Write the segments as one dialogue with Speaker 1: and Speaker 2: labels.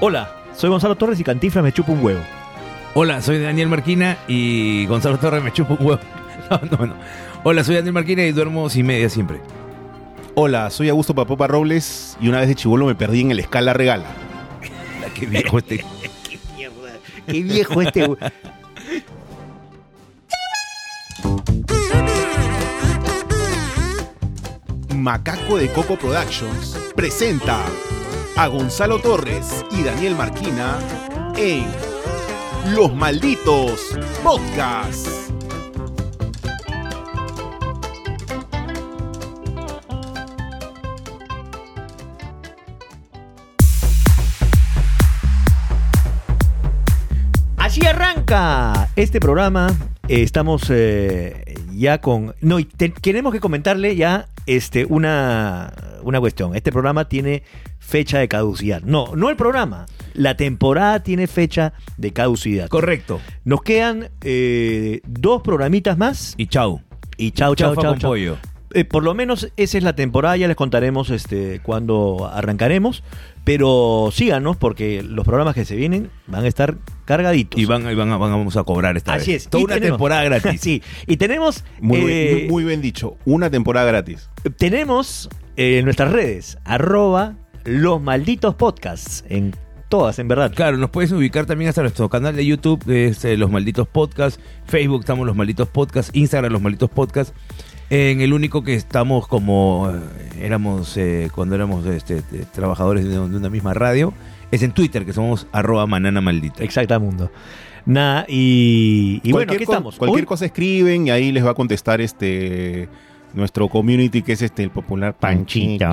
Speaker 1: Hola, soy Gonzalo Torres y Cantinflas me chupa un huevo.
Speaker 2: Hola, soy Daniel Marquina y Gonzalo Torres me chupa un huevo. No, no, no. Hola, soy Daniel Marquina y duermo sin media siempre.
Speaker 3: Hola, soy Augusto Papopa Robles y una vez de chivolo me perdí en el Escala Regala.
Speaker 2: La que viejo este.
Speaker 1: Qué mierda, qué viejo este. hue-
Speaker 3: Macaco de Coco Productions presenta a Gonzalo Torres y Daniel Marquina en Los Malditos Podcast.
Speaker 1: Así arranca este programa. Eh, Estamos eh, ya con. No, y te- tenemos que comentarle ya este, una, una cuestión. Este programa tiene fecha de caducidad. No, no el programa. La temporada tiene fecha de caducidad.
Speaker 2: Correcto.
Speaker 1: Nos quedan eh, dos programitas más.
Speaker 2: Y chau.
Speaker 1: Y chao,
Speaker 2: Chaufa
Speaker 1: chao, chao.
Speaker 2: con
Speaker 1: chao.
Speaker 2: pollo.
Speaker 1: Eh, por lo menos esa es la temporada, ya les contaremos este, cuándo arrancaremos. Pero síganos porque los programas que se vienen van a estar cargaditos.
Speaker 2: Y van, y van, a- van a- vamos a cobrar esta
Speaker 1: Así
Speaker 2: vez.
Speaker 1: es.
Speaker 2: Toda
Speaker 1: y
Speaker 2: una
Speaker 1: tenemos-
Speaker 2: temporada gratis.
Speaker 1: sí. Y tenemos,
Speaker 3: Muy,
Speaker 1: eh,
Speaker 3: bien, muy bien dicho, una temporada gratis.
Speaker 1: tenemos eh, en nuestras redes, arroba los malditos podcasts, en todas, en verdad.
Speaker 2: Claro, nos puedes ubicar también hasta nuestro canal de YouTube, que es eh, Los Malditos Podcasts, Facebook estamos Los Malditos Podcasts, Instagram Los Malditos Podcasts. En el único que estamos como eh, éramos eh, cuando éramos este, eh, trabajadores de, de una misma radio, es en Twitter, que somos arroba manana maldita.
Speaker 1: Exactamundo. Nada, y, y bueno, aquí
Speaker 3: co-
Speaker 1: estamos.
Speaker 3: Cualquier
Speaker 1: Hoy-
Speaker 3: cosa escriben y ahí les va a contestar este nuestro community que es este el popular Panchito.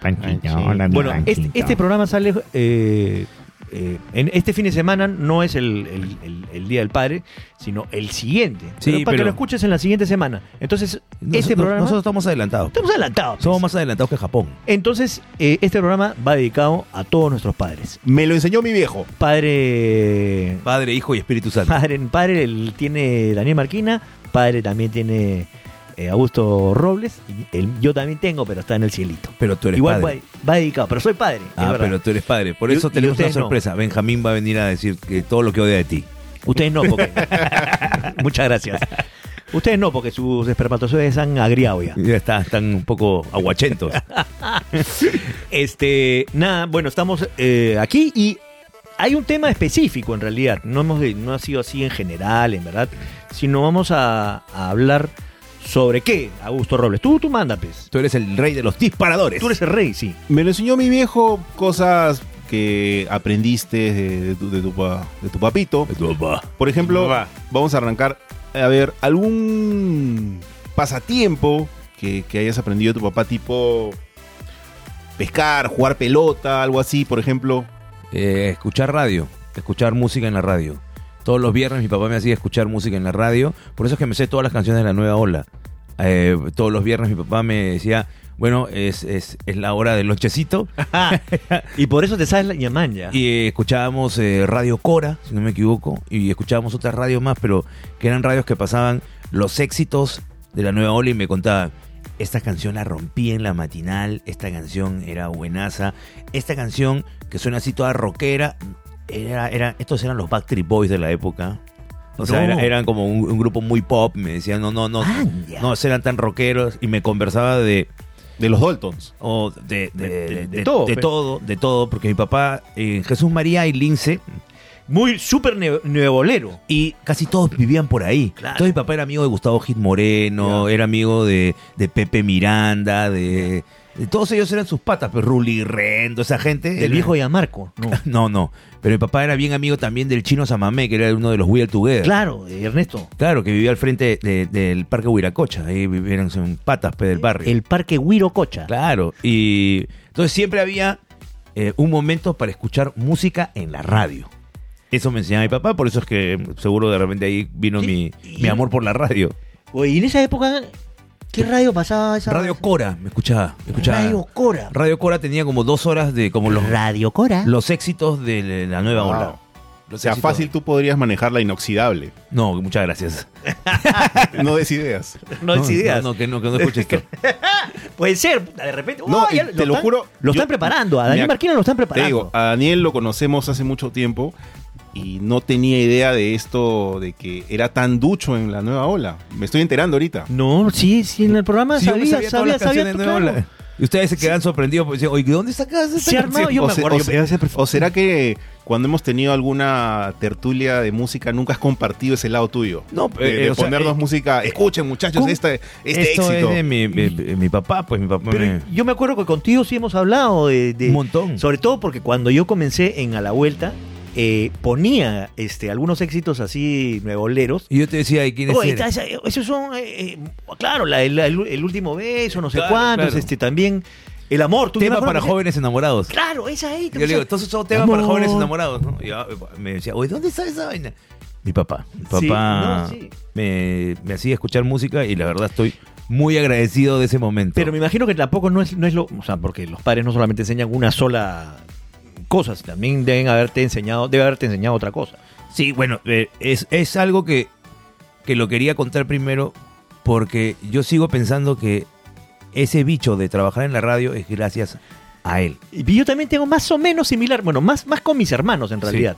Speaker 3: Panchito.
Speaker 1: Bueno, este, este programa sale eh, eh, en este fin de semana, no es el, el- el- el Día del Padre, sino el siguiente.
Speaker 2: Sí,
Speaker 1: pero para que
Speaker 2: pero-
Speaker 1: lo escuches en la siguiente semana. Entonces,
Speaker 2: Nos-
Speaker 1: este
Speaker 2: nos-
Speaker 1: programa...
Speaker 2: Nosotros estamos adelantados.
Speaker 1: estamos adelantados. pues.
Speaker 2: Somos más adelantados que Japón.
Speaker 1: Entonces, eh, este programa va dedicado a todos nuestros padres.
Speaker 3: Me lo enseñó mi viejo.
Speaker 1: Padre...
Speaker 2: Padre, Hijo y Espíritu Santo.
Speaker 1: Padre, padre el- tiene Daniel Marquina, padre también tiene eh, Augusto Robles, y el- yo también tengo, pero está en el cielito.
Speaker 2: Pero tú eres
Speaker 1: Igual
Speaker 2: padre.
Speaker 1: va, va dedicado, pero soy padre. es
Speaker 2: Ah,
Speaker 1: verdad.
Speaker 2: pero tú eres padre. Por
Speaker 1: Y-
Speaker 2: eso
Speaker 1: y
Speaker 2: tenemos una
Speaker 1: ustedes no.
Speaker 2: sorpresa. Benjamín va a venir a decir que todo lo que odia de ti.
Speaker 1: Ustedes no, porque. Muchas gracias. Ustedes no, porque sus espermatozoides han agriado ya.
Speaker 2: Ya está- están un poco aguachentos.
Speaker 1: Este, nada, bueno, estamos eh, aquí y hay un tema específico en realidad. No, hemos, de- no ha sido así en general, en verdad. Sino vamos a, a hablar sobre qué, Augusto Robles. Tú, tú manda, pues.
Speaker 2: Tú eres el rey de los disparadores.
Speaker 1: Tú eres el rey, sí.
Speaker 3: Me lo enseñó mi viejo cosas que aprendiste de, de tu, de tu pa- de tu papito.
Speaker 2: Tu papá.
Speaker 3: Por ejemplo,
Speaker 2: Va.
Speaker 3: vamos a arrancar. A ver, algún pasatiempo que, que hayas aprendido de tu papá, tipo pescar, jugar pelota, algo así, por ejemplo.
Speaker 2: Eh, escuchar radio, escuchar música en la radio. Todos los viernes mi papá me hacía escuchar música en la radio. Por eso es que me sé todas las canciones de la nueva ola. Eh, todos los viernes mi papá me decía, bueno, es, es, es la hora del lonchecito.
Speaker 1: y por eso te sabes la Yaman ya.
Speaker 2: Y eh, escuchábamos eh, Radio Cora, si no me equivoco, y escuchábamos otras radios más, pero que eran radios que pasaban los éxitos de la nueva ola y me contaba, esta canción la rompí en la matinal, esta canción era buenaza, esta canción que suena así toda rockera, era, era, estos eran los Backstreet Boys de la época. O sea,
Speaker 1: No. Ah,
Speaker 2: era- eran como un, un grupo muy pop, me decían, no, no, no,
Speaker 1: Anja.
Speaker 2: no, eran tan rockeros y me conversaba de,
Speaker 3: De los Daltons.
Speaker 2: o de, de,
Speaker 1: De- de- de todo,
Speaker 2: todo.
Speaker 1: pe.
Speaker 2: De todo, de todo, porque mi papá, eh, Jesús María y Lince,
Speaker 1: Muy súper ne- neobolero.
Speaker 2: y casi todos vivían por ahí.
Speaker 1: Claro.
Speaker 2: Entonces mi papá era amigo de Gustavo Gil Moreno, era amigo de, de Pepe Miranda, de, de Todos ellos eran sus patas, pero Ruli Rendo, esa gente.
Speaker 1: Del
Speaker 2: era-
Speaker 1: viejo Yamarco. No.
Speaker 2: No, no. Pero mi papá era bien amigo también del chino Samamé, que era uno de los We Are Together.
Speaker 1: Claro, eh, Ernesto.
Speaker 2: Claro, que vivía al frente de- del Parque Huiracocha. Ahí vivieron son patas pe, del barrio.
Speaker 1: El parque Huirococha.
Speaker 2: Claro, y entonces siempre había eh, un momento para escuchar música en la radio. Eso me enseñaba mi papá, por eso es que seguro de repente ahí vino mi, mi amor por la radio.
Speaker 1: Oye, y en esa época, ¿qué radio pasaba esa
Speaker 2: Radio Cora, me escuchaba. me escuchaba.
Speaker 1: Radio Cora.
Speaker 2: Radio Cora tenía como dos horas de como los,
Speaker 1: Radio Cora.
Speaker 2: los éxitos de la nueva
Speaker 3: Wow.
Speaker 2: ola.
Speaker 3: O sea, fácil tú podrías manejar la inoxidable.
Speaker 2: No, muchas gracias.
Speaker 3: No des ideas.
Speaker 1: No, es ideas.
Speaker 2: No, no, que no, que no escuche esto.
Speaker 1: Puede ser, puta, de repente.
Speaker 3: No,
Speaker 1: ¡Uy,
Speaker 3: y
Speaker 1: ya
Speaker 3: te lo
Speaker 1: están-
Speaker 3: juro,
Speaker 1: Lo
Speaker 3: yo-
Speaker 1: están preparando, a
Speaker 3: me
Speaker 1: Daniel
Speaker 3: ac-
Speaker 1: Marquino lo están preparando.
Speaker 3: Te digo, a Daniel lo conocemos hace mucho tiempo y no tenía idea de esto, de que era tan ducho en la nueva ola. Me estoy enterando ahorita.
Speaker 1: no, sí, sí, en el programa
Speaker 2: Sí, yo me sabía
Speaker 1: sabía, sabía,
Speaker 2: todas
Speaker 1: sabía,
Speaker 2: las canciones
Speaker 1: tú,
Speaker 2: de Nueva
Speaker 1: claro.
Speaker 2: Ola. Y ustedes se quedan sorprendidos porque dicen, oye, ¿de dónde sacas esta
Speaker 1: Se ha armado,
Speaker 2: canción?
Speaker 1: yo me
Speaker 3: o, se-
Speaker 1: acuerdo,
Speaker 3: o
Speaker 1: yo-
Speaker 3: se- o será que cuando hemos tenido alguna tertulia de música nunca has compartido ese lado tuyo?
Speaker 2: No,
Speaker 3: de,
Speaker 2: eh,
Speaker 3: de
Speaker 2: o sea,
Speaker 3: ponernos
Speaker 2: eh,
Speaker 3: música. Escuchen, muchachos,
Speaker 2: ¿cómo?
Speaker 3: este, este
Speaker 2: Esto
Speaker 3: éxito.
Speaker 2: es de mi, mi- mi papá, pues mi papá
Speaker 1: Pero
Speaker 2: me...
Speaker 1: yo me acuerdo que contigo sí hemos hablado de, de-
Speaker 2: Un montón.
Speaker 1: Sobre todo porque cuando yo comencé en A la Vuelta, eh, ponía este, algunos éxitos así nuevoleros.
Speaker 2: Y yo te decía, ¿y quién es
Speaker 1: Oh,
Speaker 2: él?
Speaker 1: está esa- esos son, eh, eh, claro, la- la- el, el último beso, no sé
Speaker 2: Claro,
Speaker 1: cuántos,
Speaker 2: claro.
Speaker 1: este también. El amor, tú me
Speaker 2: Tema
Speaker 1: acuerdo
Speaker 2: para
Speaker 1: que-
Speaker 2: jóvenes enamorados.
Speaker 1: Claro, esa ahí.
Speaker 2: Yo le digo, entonces son temas
Speaker 1: Amor.
Speaker 2: para jóvenes enamorados, ¿no? Y yo, eh, me decía, oye, ¿dónde sale esa vaina? Mi papá. Mi
Speaker 1: Sí,
Speaker 2: papá
Speaker 1: no, sí.
Speaker 2: me, me hacía escuchar música y la verdad estoy muy agradecido de ese momento.
Speaker 1: Pero me imagino que tampoco no es, no es lo. O sea, porque los padres no solamente enseñan una sola cosa, también deben haberte enseñado, debe haberte enseñado otra cosa.
Speaker 2: Sí, bueno, eh, es, es algo que, que lo quería contar primero porque yo sigo pensando que ese bicho de trabajar en la radio es gracias a él.
Speaker 1: Y yo también tengo más o menos similar, bueno, más, más con mis hermanos en
Speaker 2: Sí.
Speaker 1: realidad.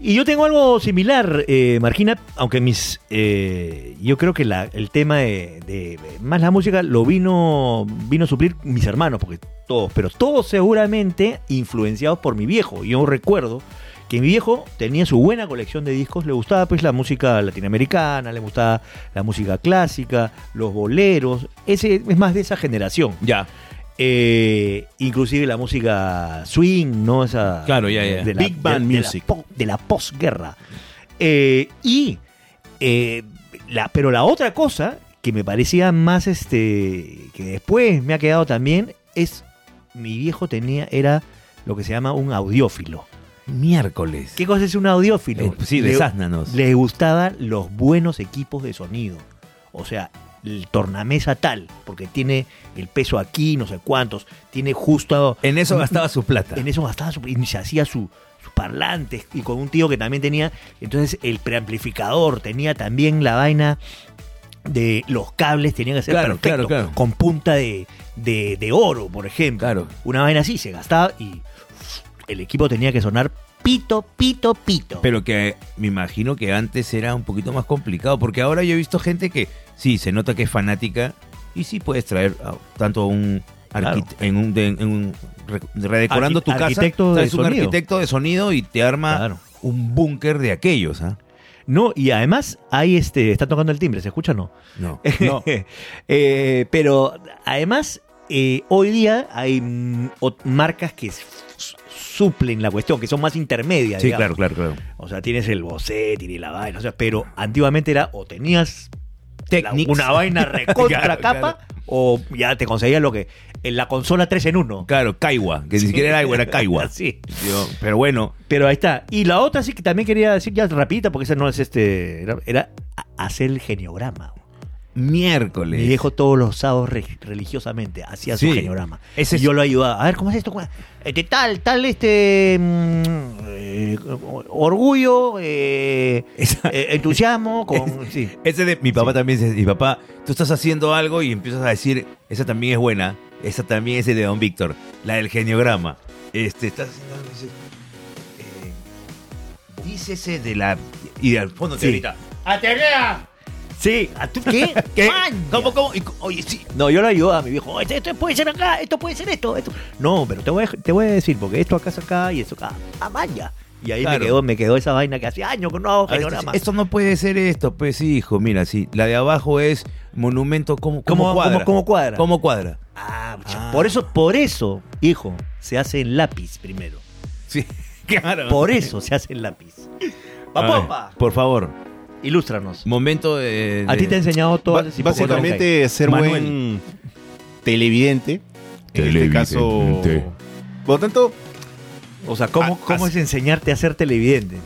Speaker 1: Y yo tengo algo similar, eh, Margina, aunque mis. eh, yo creo que la- el tema de, de- Más la música lo vino, vino a suplir mis hermanos, porque todos, pero todos seguramente influenciados por mi viejo. Yo recuerdo que mi viejo tenía su buena colección de discos, le gustaba pues la música latinoamericana, le gustaba la música clásica, los boleros, ese es más de esa generación.
Speaker 2: Ya.
Speaker 1: Eh, inclusive la música swing, ¿no? Esa,
Speaker 2: Claro, ya, ya.
Speaker 1: de la-
Speaker 3: Big Band
Speaker 1: de- de la
Speaker 3: music.
Speaker 1: po- De la, posguerra. Eh, y, eh, la, pero la otra cosa que me parecía más, este, que después me ha quedado también, es, mi viejo tenía, era lo que se llama un audiófilo.
Speaker 2: Miércoles.
Speaker 1: ¿Qué cosa es un audiófilo?
Speaker 2: Eh, sí,
Speaker 1: Le-
Speaker 2: desáznanos.
Speaker 1: le gustaban los buenos equipos de sonido. O sea, el tornamesa tal, porque tiene el peso aquí, no sé cuántos, tiene justo...
Speaker 2: En eso gastaba su plata.
Speaker 1: En eso gastaba su... Y se hacía su, sus parlantes, y con un tío que también tenía... Entonces, el preamplificador tenía también la vaina de los cables tenían que ser
Speaker 2: Claro, claro,
Speaker 1: perfectos,
Speaker 2: claro.
Speaker 1: con punta de, de, de oro, por ejemplo.
Speaker 2: Claro.
Speaker 1: Una vaina así se gastaba y uf, el equipo tenía que sonar pito, pito, pito.
Speaker 2: Pero que me imagino que antes era un poquito más complicado, porque ahora yo he visto gente que sí, se nota que es fanática y sí puedes traer a- tanto a un
Speaker 1: Claro.
Speaker 2: arquit- en un, de- en un re- redecorando
Speaker 1: Arqui-
Speaker 2: tu casa,
Speaker 1: arquitecto de
Speaker 2: traes un
Speaker 1: sonido.
Speaker 2: arquitecto de sonido y te arma
Speaker 1: Claro.
Speaker 2: un búnker de aquellos, ¿ah?
Speaker 1: No, y además ahí este, está tocando el timbre, ¿se escucha o no?
Speaker 2: No.
Speaker 3: No.
Speaker 1: Eh, pero además, eh, hoy día hay mm, ot- marcas que s- s- suplen la cuestión, que son más intermedias.
Speaker 2: Sí,
Speaker 1: digamos.
Speaker 2: claro, claro, claro.
Speaker 1: O sea, tienes el bocet, tienes la vaina, o sea, pero antiguamente era o tenías la-
Speaker 2: Technics.
Speaker 1: una vaina recontra
Speaker 2: Claro,
Speaker 1: capa o ya te conseguías lo que en la consola 3 en 1.
Speaker 2: Claro, Caiwa, que ni siquiera era agua, era Caiwa.
Speaker 1: Sí.
Speaker 2: Yo- Pero bueno,
Speaker 1: Pero ahí está. Y la otra sí que también quería decir ya rapidita, porque esa no es este. Era, era a- hacer el geniograma.
Speaker 2: miércoles.
Speaker 1: Mi viejo todos los sábados re- religiosamente hacía
Speaker 2: Sí.
Speaker 1: su geniograma.
Speaker 2: Ese
Speaker 1: y
Speaker 2: es-
Speaker 1: yo lo ayudaba. A ver, ¿cómo es esto? ¿Cómo es? Este, tal, tal, este. mm, eh, orgullo, eh,
Speaker 2: Esa-
Speaker 1: eh, entusiasmo, con. sí.
Speaker 2: Ese de mi papá también dice, mi papá, tú estás haciendo algo y empiezas a decir, esa también es buena, esa también es de Don Víctor, la del geniograma. Este, estás haciendo algo y dices, eh, dícese de la... Y de al fondo
Speaker 1: Sí.
Speaker 2: te grita,
Speaker 1: Sí, ¿a tú qué?
Speaker 2: ¿qué?
Speaker 1: Man,
Speaker 2: ¿Cómo, cómo? Y co- oye, sí.
Speaker 1: No, yo lo ayudaba, mi viejo. Esto, esto puede ser acá, esto puede ser esto, esto. No, pero te voy a, te voy a decir, porque esto acá es acá y esto acá. ¡Ah, vaya! Y ahí
Speaker 2: Claro.
Speaker 1: me, quedó, me quedó esa vaina que hace años que no hago
Speaker 2: A ver,
Speaker 1: genograma.
Speaker 2: esto no puede ser esto, pues sí, hijo, mira, sí, la de abajo es monumento, ¿cómo, cómo,
Speaker 1: ¿Cómo-
Speaker 2: cuadra?
Speaker 1: cómo- cómo cuadra?
Speaker 2: ¿Cómo cuadra?
Speaker 1: Ah, pucha,
Speaker 2: Ah.
Speaker 1: Por eso, por eso, hijo, se hace en lápiz primero.
Speaker 2: Sí, claro.
Speaker 1: Por
Speaker 3: Ah.
Speaker 1: eso se hace en lápiz.
Speaker 2: Papopa.
Speaker 1: Papopa,
Speaker 2: Por favor,
Speaker 1: ilústranos.
Speaker 2: momento de...
Speaker 1: A ti te he
Speaker 2: de-
Speaker 1: enseñado todo.
Speaker 3: Ba-
Speaker 1: ese tipo de cosas.
Speaker 3: básicamente ser
Speaker 2: Manuel.
Speaker 3: buen televidente. En este
Speaker 2: Televidente.
Speaker 3: caso. Por lo tanto,
Speaker 1: O sea, ¿cómo,
Speaker 3: Ah,
Speaker 1: cómo es enseñarte a ser televidente?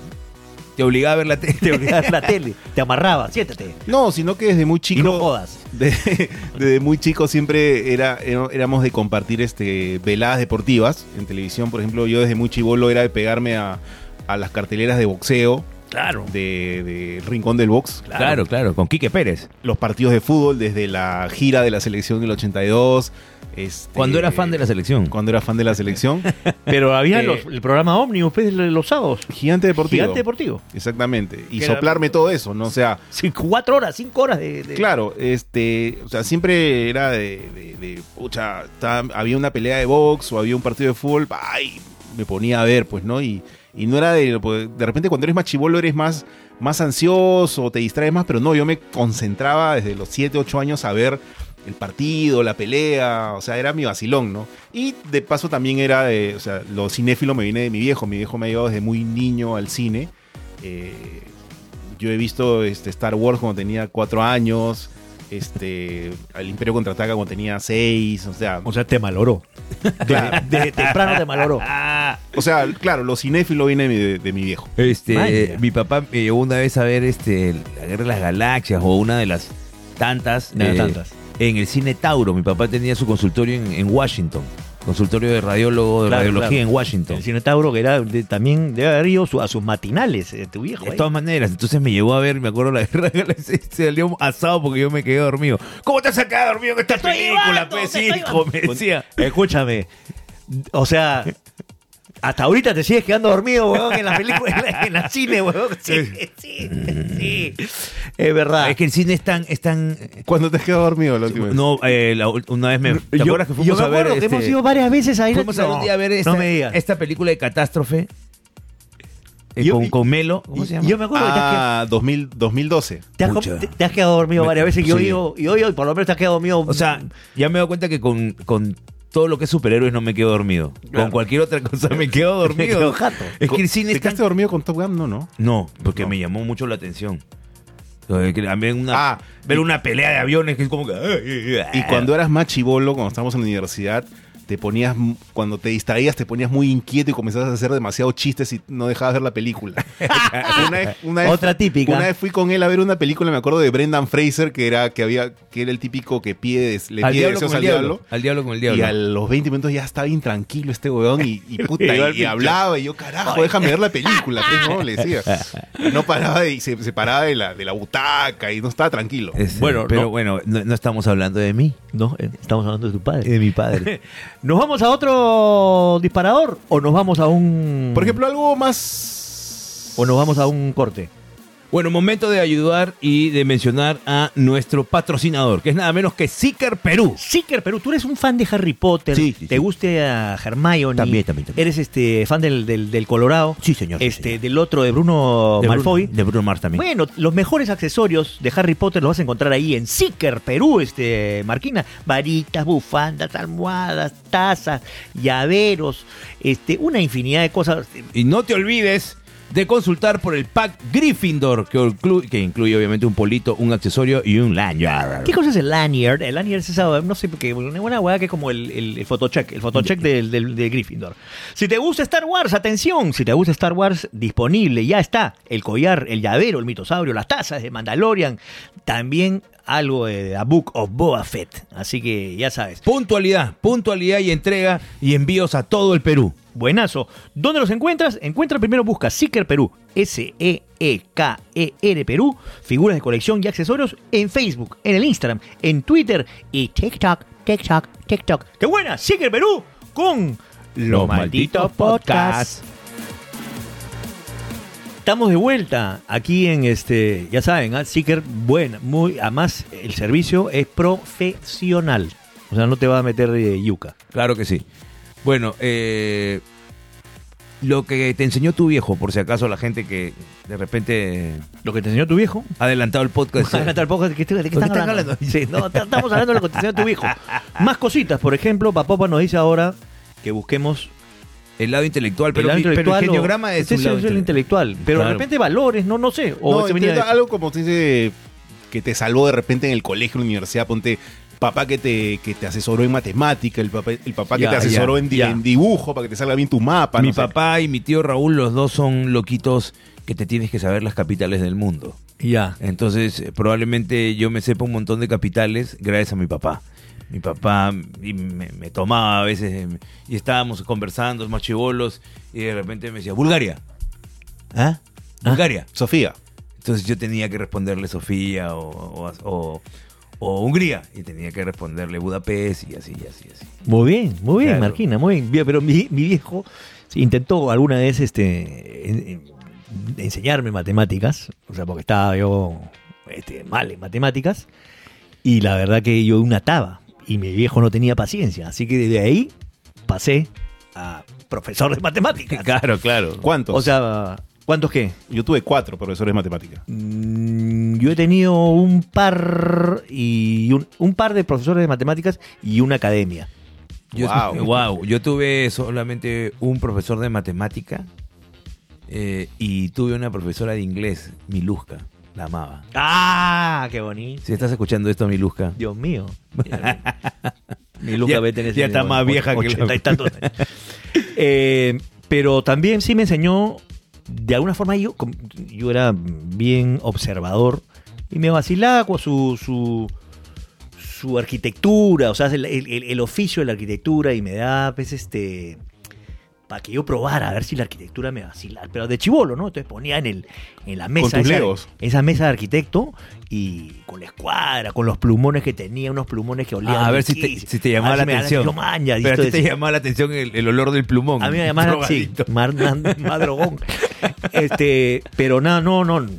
Speaker 2: Te obligaba a ver la tele.
Speaker 1: Te obligabas la tele, te amarraba, siéntate.
Speaker 3: no, sino que desde muy chico.
Speaker 1: y no jodas.
Speaker 3: de- desde, muy chico siempre era, era- éramos de compartir este, veladas deportivas en televisión. Por ejemplo, yo desde muy chivolo era de pegarme a, a las carteleras de boxeo
Speaker 1: Claro.
Speaker 3: de, de Rincón del Box.
Speaker 2: Claro, claro, con Quique Pérez.
Speaker 3: Los partidos de fútbol desde la gira de la selección del 82. este,
Speaker 2: Cuando era fan de la selección.
Speaker 3: Cuando era fan de la selección.
Speaker 1: Pero había
Speaker 3: Eh,
Speaker 1: los- el programa Omnibus pues, los sábados.
Speaker 3: Gigante deportivo.
Speaker 1: Gigante deportivo.
Speaker 3: Exactamente. Y
Speaker 1: Que era-
Speaker 3: soplarme todo eso, ¿no? O sea,
Speaker 1: Sí, cuatro horas, cinco horas de. de-
Speaker 3: Claro, este, o sea, siempre era de, de- de, pucha, estaba- había una pelea de box o había un partido de fútbol, ay, me ponía a ver, pues, ¿no? Y, y no era de, pues, de repente cuando eres más chivolo eres más, más ansioso, te distraes más, pero no, yo me concentraba desde los 7, 8 años a ver el partido, la pelea, o sea, era mi vacilón, ¿no? Y de paso también era de, o sea, lo cinéfilo me viene de mi viejo, mi viejo me ha llevado desde muy niño al cine. eh, yo he visto este, Star Wars cuando tenía cuatro años, este, el Imperio Contraataca cuando tenía seis, o sea,
Speaker 1: O sea, te maloró. Desde, desde temprano te maloró.
Speaker 3: o sea, claro, lo cinéfilo viene de mi, de- de mi viejo.
Speaker 2: Este,
Speaker 1: Vaya.
Speaker 2: eh, mi papá me llevó una vez a ver este, la Guerra de las Galaxias o una de las tantas.
Speaker 1: De las
Speaker 2: eh,
Speaker 1: tantas.
Speaker 2: En el cine Tauro. Mi papá tenía su consultorio en, en Washington. Consultorio de radiólogo de
Speaker 1: Claro,
Speaker 2: radiología
Speaker 1: claro.
Speaker 2: en Washington.
Speaker 1: El cinotauro que era de- también debe haber ido su- a sus matinales, eh, tu viejo.
Speaker 2: De
Speaker 1: ahí.
Speaker 2: todas maneras, entonces me llevó a ver, me acuerdo la guerra de las se salió asado porque yo me quedé dormido. ¿Cómo te has quedado dormido en esta
Speaker 1: estoy
Speaker 2: película,
Speaker 1: llevando,
Speaker 2: pues,
Speaker 1: te estoy
Speaker 2: hijo? Me decía.
Speaker 1: Escúchame. O sea, hasta ahorita te sigues quedando dormido, weón, en la película, en la- en la cine, weón. Sí, sí, sí. Es verdad.
Speaker 2: Es que el cine es tan, es tan.
Speaker 3: ¿Cuándo te has quedado dormido la última vez?
Speaker 2: No, eh, la ul- una vez me. ¿Te
Speaker 1: Pues, yo,
Speaker 2: acuerdas que
Speaker 1: yo
Speaker 2: fuimos
Speaker 1: me
Speaker 2: a ver?
Speaker 1: acuerdo que
Speaker 2: este,
Speaker 1: hemos ido varias veces a ir
Speaker 2: fuimos a
Speaker 1: no,
Speaker 2: un día a ver esta,
Speaker 1: no me digas.
Speaker 2: esta película de catástrofe eh,
Speaker 1: Yo-
Speaker 2: con, con Melo. ¿Cómo
Speaker 1: Y-
Speaker 2: se llama?
Speaker 1: Yo me acuerdo que te has quedado-
Speaker 3: Ah, 2000 2012.
Speaker 1: te has,
Speaker 2: Pucha.
Speaker 1: te- te has quedado dormido
Speaker 2: Me-
Speaker 1: varias veces y hoy,
Speaker 2: sí.
Speaker 1: digo- y hoy, hoy por lo menos te has quedado dormido.
Speaker 2: o sea, ya me he dado cuenta que con, con todo lo que es superhéroes no me quedo dormido. Con
Speaker 3: Claro.
Speaker 2: cualquier otra cosa me quedo
Speaker 1: me he quedado
Speaker 2: dormido.
Speaker 1: jato.
Speaker 2: es que el
Speaker 3: ¿Te
Speaker 2: cine es tan
Speaker 3: quedaste dormido con Top Gun? No, no.
Speaker 2: No, porque
Speaker 3: No.
Speaker 2: me llamó mucho la atención. Eh, que También una,
Speaker 3: Ah,
Speaker 2: ver
Speaker 3: y-
Speaker 2: una pelea de aviones que es como que.
Speaker 3: Y cuando eras más chivolo, cuando estábamos en la universidad, te ponías, m- cuando te distraías, te ponías muy inquieto y comenzabas a hacer demasiados chistes y no dejabas ver la película. una vez- una vez-
Speaker 1: Otra típica.
Speaker 3: Una vez fui con él a ver una película, me acuerdo de Brendan Fraser, que era, que había, que era el típico que pide, des- le
Speaker 2: al
Speaker 3: pide
Speaker 2: diablo, con
Speaker 3: deseos
Speaker 2: el
Speaker 3: al
Speaker 2: diablo,
Speaker 3: diablo.
Speaker 2: Al diablo con el
Speaker 3: Y
Speaker 2: diablo.
Speaker 3: a los 20 minutos ya estaba intranquilo este weón y, y puta,
Speaker 1: Iba al
Speaker 3: y, y
Speaker 1: pincho.
Speaker 3: hablaba y yo, carajo, déjame ver la película, pues, ¿no? Le decía. No paraba de- y se, se paraba de la, de la butaca y no estaba tranquilo.
Speaker 2: Este,
Speaker 1: Bueno,
Speaker 2: pero
Speaker 1: no.
Speaker 2: bueno, no, no estamos hablando de mí,
Speaker 1: No, eh, estamos hablando de tu padre.
Speaker 2: de mi padre.
Speaker 1: ¿Nos vamos a otro disparador o nos vamos a un.
Speaker 3: Por ejemplo, algo más.
Speaker 1: O nos vamos a un corte.
Speaker 2: bueno, momento de ayudar y de mencionar a nuestro patrocinador, que es nada menos que Seeker Perú.
Speaker 1: Seeker Perú, tú eres un fan de Harry Potter.
Speaker 2: Sí, sí,
Speaker 1: te
Speaker 2: sí.
Speaker 1: gusta a Hermione.
Speaker 2: También, también, también.
Speaker 1: Eres este fan del, del, del Colorado.
Speaker 2: Sí, señor.
Speaker 1: Este, del otro, de Bruno
Speaker 2: de
Speaker 1: Malfoy.
Speaker 2: Bruno, de Bruno Mars también.
Speaker 1: Bueno, los mejores accesorios de Harry Potter los vas a encontrar ahí en Seeker Perú, este Marquina. Varitas, bufandas, almohadas, tazas, llaveros, este, una infinidad de cosas.
Speaker 2: Y no te olvides de consultar por el pack Gryffindor, que, inclu- que incluye obviamente un polito, un accesorio y un lanyard.
Speaker 1: ¿Qué cosa es el lanyard? El lanyard es esa, no sé, porque una buena hueá que es como el, el, el photocheck, el photocheck del, del, de Gryffindor. Si te gusta Star Wars, atención, si te gusta Star Wars, disponible, ya está. El collar, el llavero, el mitosaurio, las tazas de Mandalorian, también algo de A Book of Boa Fett. Así que ya sabes.
Speaker 2: Puntualidad, puntualidad y entrega y envíos a todo el Perú.
Speaker 1: Buenazo. ¿Dónde los encuentras? Encuentra primero, busca Seeker Perú, E S-E-E-K-E-R E Perú, figuras de colección y accesorios en Facebook, en el Instagram, en Twitter y TikTok, TikTok, TikTok. ¡Qué buena! Seeker Perú con
Speaker 2: Los Malditos Podcast.
Speaker 1: Estamos de vuelta aquí en este, ya saben, ¿ah? Seeker, buena, muy, además el servicio es profesional. O sea, no te va a meter eh, yuca.
Speaker 2: Claro que sí. Bueno, eh, lo que te enseñó tu viejo, por si acaso la gente que de repente
Speaker 1: Lo que te enseñó tu viejo,
Speaker 2: ha adelantado el podcast. eh,
Speaker 1: Ah, tampoco, ¿de qué, de qué están
Speaker 2: están
Speaker 1: hablando?
Speaker 2: hablando?
Speaker 1: Sí, no, t- estamos hablando de la constitución de tu hijo. Más cositas, por ejemplo, Papopa nos dice ahora que busquemos
Speaker 2: el lado intelectual,
Speaker 1: el
Speaker 2: pero,
Speaker 1: lado
Speaker 2: mi- pero
Speaker 1: intelectual.
Speaker 2: el
Speaker 1: o-
Speaker 2: geniograma es
Speaker 1: Ese
Speaker 2: un lado
Speaker 1: el intelectual. Pero de
Speaker 2: Claro.
Speaker 1: repente valores, no, no sé. O
Speaker 3: No,
Speaker 1: se venía
Speaker 3: intenta
Speaker 1: de-
Speaker 3: algo como te dice que te salvó de repente en el colegio, en la universidad, ponte papá que te, que te asesoró en matemática, el papá, el papá
Speaker 2: Ya,
Speaker 3: que te
Speaker 2: ya,
Speaker 3: asesoró en, di-
Speaker 2: ya.
Speaker 3: en dibujo para que te salga bien tu mapa.
Speaker 2: Mi
Speaker 3: no sé.
Speaker 2: papá y mi tío Raúl, los dos son loquitos que te tienes que saber las capitales del mundo.
Speaker 1: Ya.
Speaker 2: Entonces, eh, probablemente yo me sepa un montón de capitales gracias a mi papá. Mi papá y me, me tomaba a veces eh, y estábamos conversando, más chivolos, y de repente me decía, Bulgaria.
Speaker 1: ¿Ah? ¿Ah?
Speaker 2: Bulgaria.
Speaker 3: Sofía.
Speaker 2: Entonces yo tenía que responderle Sofía o, o- o- o Hungría. Y tenía que responderle Budapest y así, y así, y así.
Speaker 1: Muy bien, muy bien,
Speaker 2: Claro.
Speaker 1: Marquina, muy bien. Bien, Pero mi, mi viejo sí, intentó alguna vez este en- en- enseñarme matemáticas, o sea, porque estaba yo este, mal en matemáticas, y la verdad que yo una taba, y mi viejo no tenía paciencia, así que desde ahí pasé a profesor de matemáticas.
Speaker 2: Claro, claro.
Speaker 3: ¿Cuántos?
Speaker 1: O sea, ¿cuántos qué?
Speaker 3: yo tuve cuatro profesores de matemática.
Speaker 1: Mm, Yo he tenido un par y un, un par de profesores de matemáticas y una academia.
Speaker 2: Yo,
Speaker 3: Wow.
Speaker 2: wow. Yo tuve solamente un profesor de matemática eh, y tuve una profesora de inglés, Miluska. La amaba.
Speaker 1: ¡Ah! ¡Qué bonito!
Speaker 2: Si estás escuchando esto, Miluska.
Speaker 1: Dios mío. Mi Luca
Speaker 2: Ya-
Speaker 1: debe tener
Speaker 2: ya está más vieja que la-
Speaker 1: 80 y tantos años. Eh, pero también sí me enseñó, de alguna forma yo, com- yo era bien observador y me vacilaba con su, su, su arquitectura, o sea, el, el- el- el oficio de la arquitectura y me daba, pues, este... Para que yo probara a ver si la arquitectura me vacilaba. Pero de chivolo, ¿no? Entonces ponía en, el, en la mesa
Speaker 3: tus
Speaker 1: esa,
Speaker 3: legos.
Speaker 1: esa mesa de arquitecto y con la escuadra, con los plumones que tenía, unos plumones que olían.
Speaker 2: Ah, a ver si te,
Speaker 1: riquísimo.
Speaker 2: si te llamaba
Speaker 1: A ver
Speaker 2: la
Speaker 1: si me daban
Speaker 2: atención.
Speaker 1: yo maña, y
Speaker 2: Pero a
Speaker 1: esto
Speaker 2: ti te
Speaker 1: decía-
Speaker 2: llamaba la atención el, el olor del plumón.
Speaker 1: a mí me llamaban sí,
Speaker 2: Drogadicto.
Speaker 1: mar- na- madrogón. este, pero nada, no, no, no,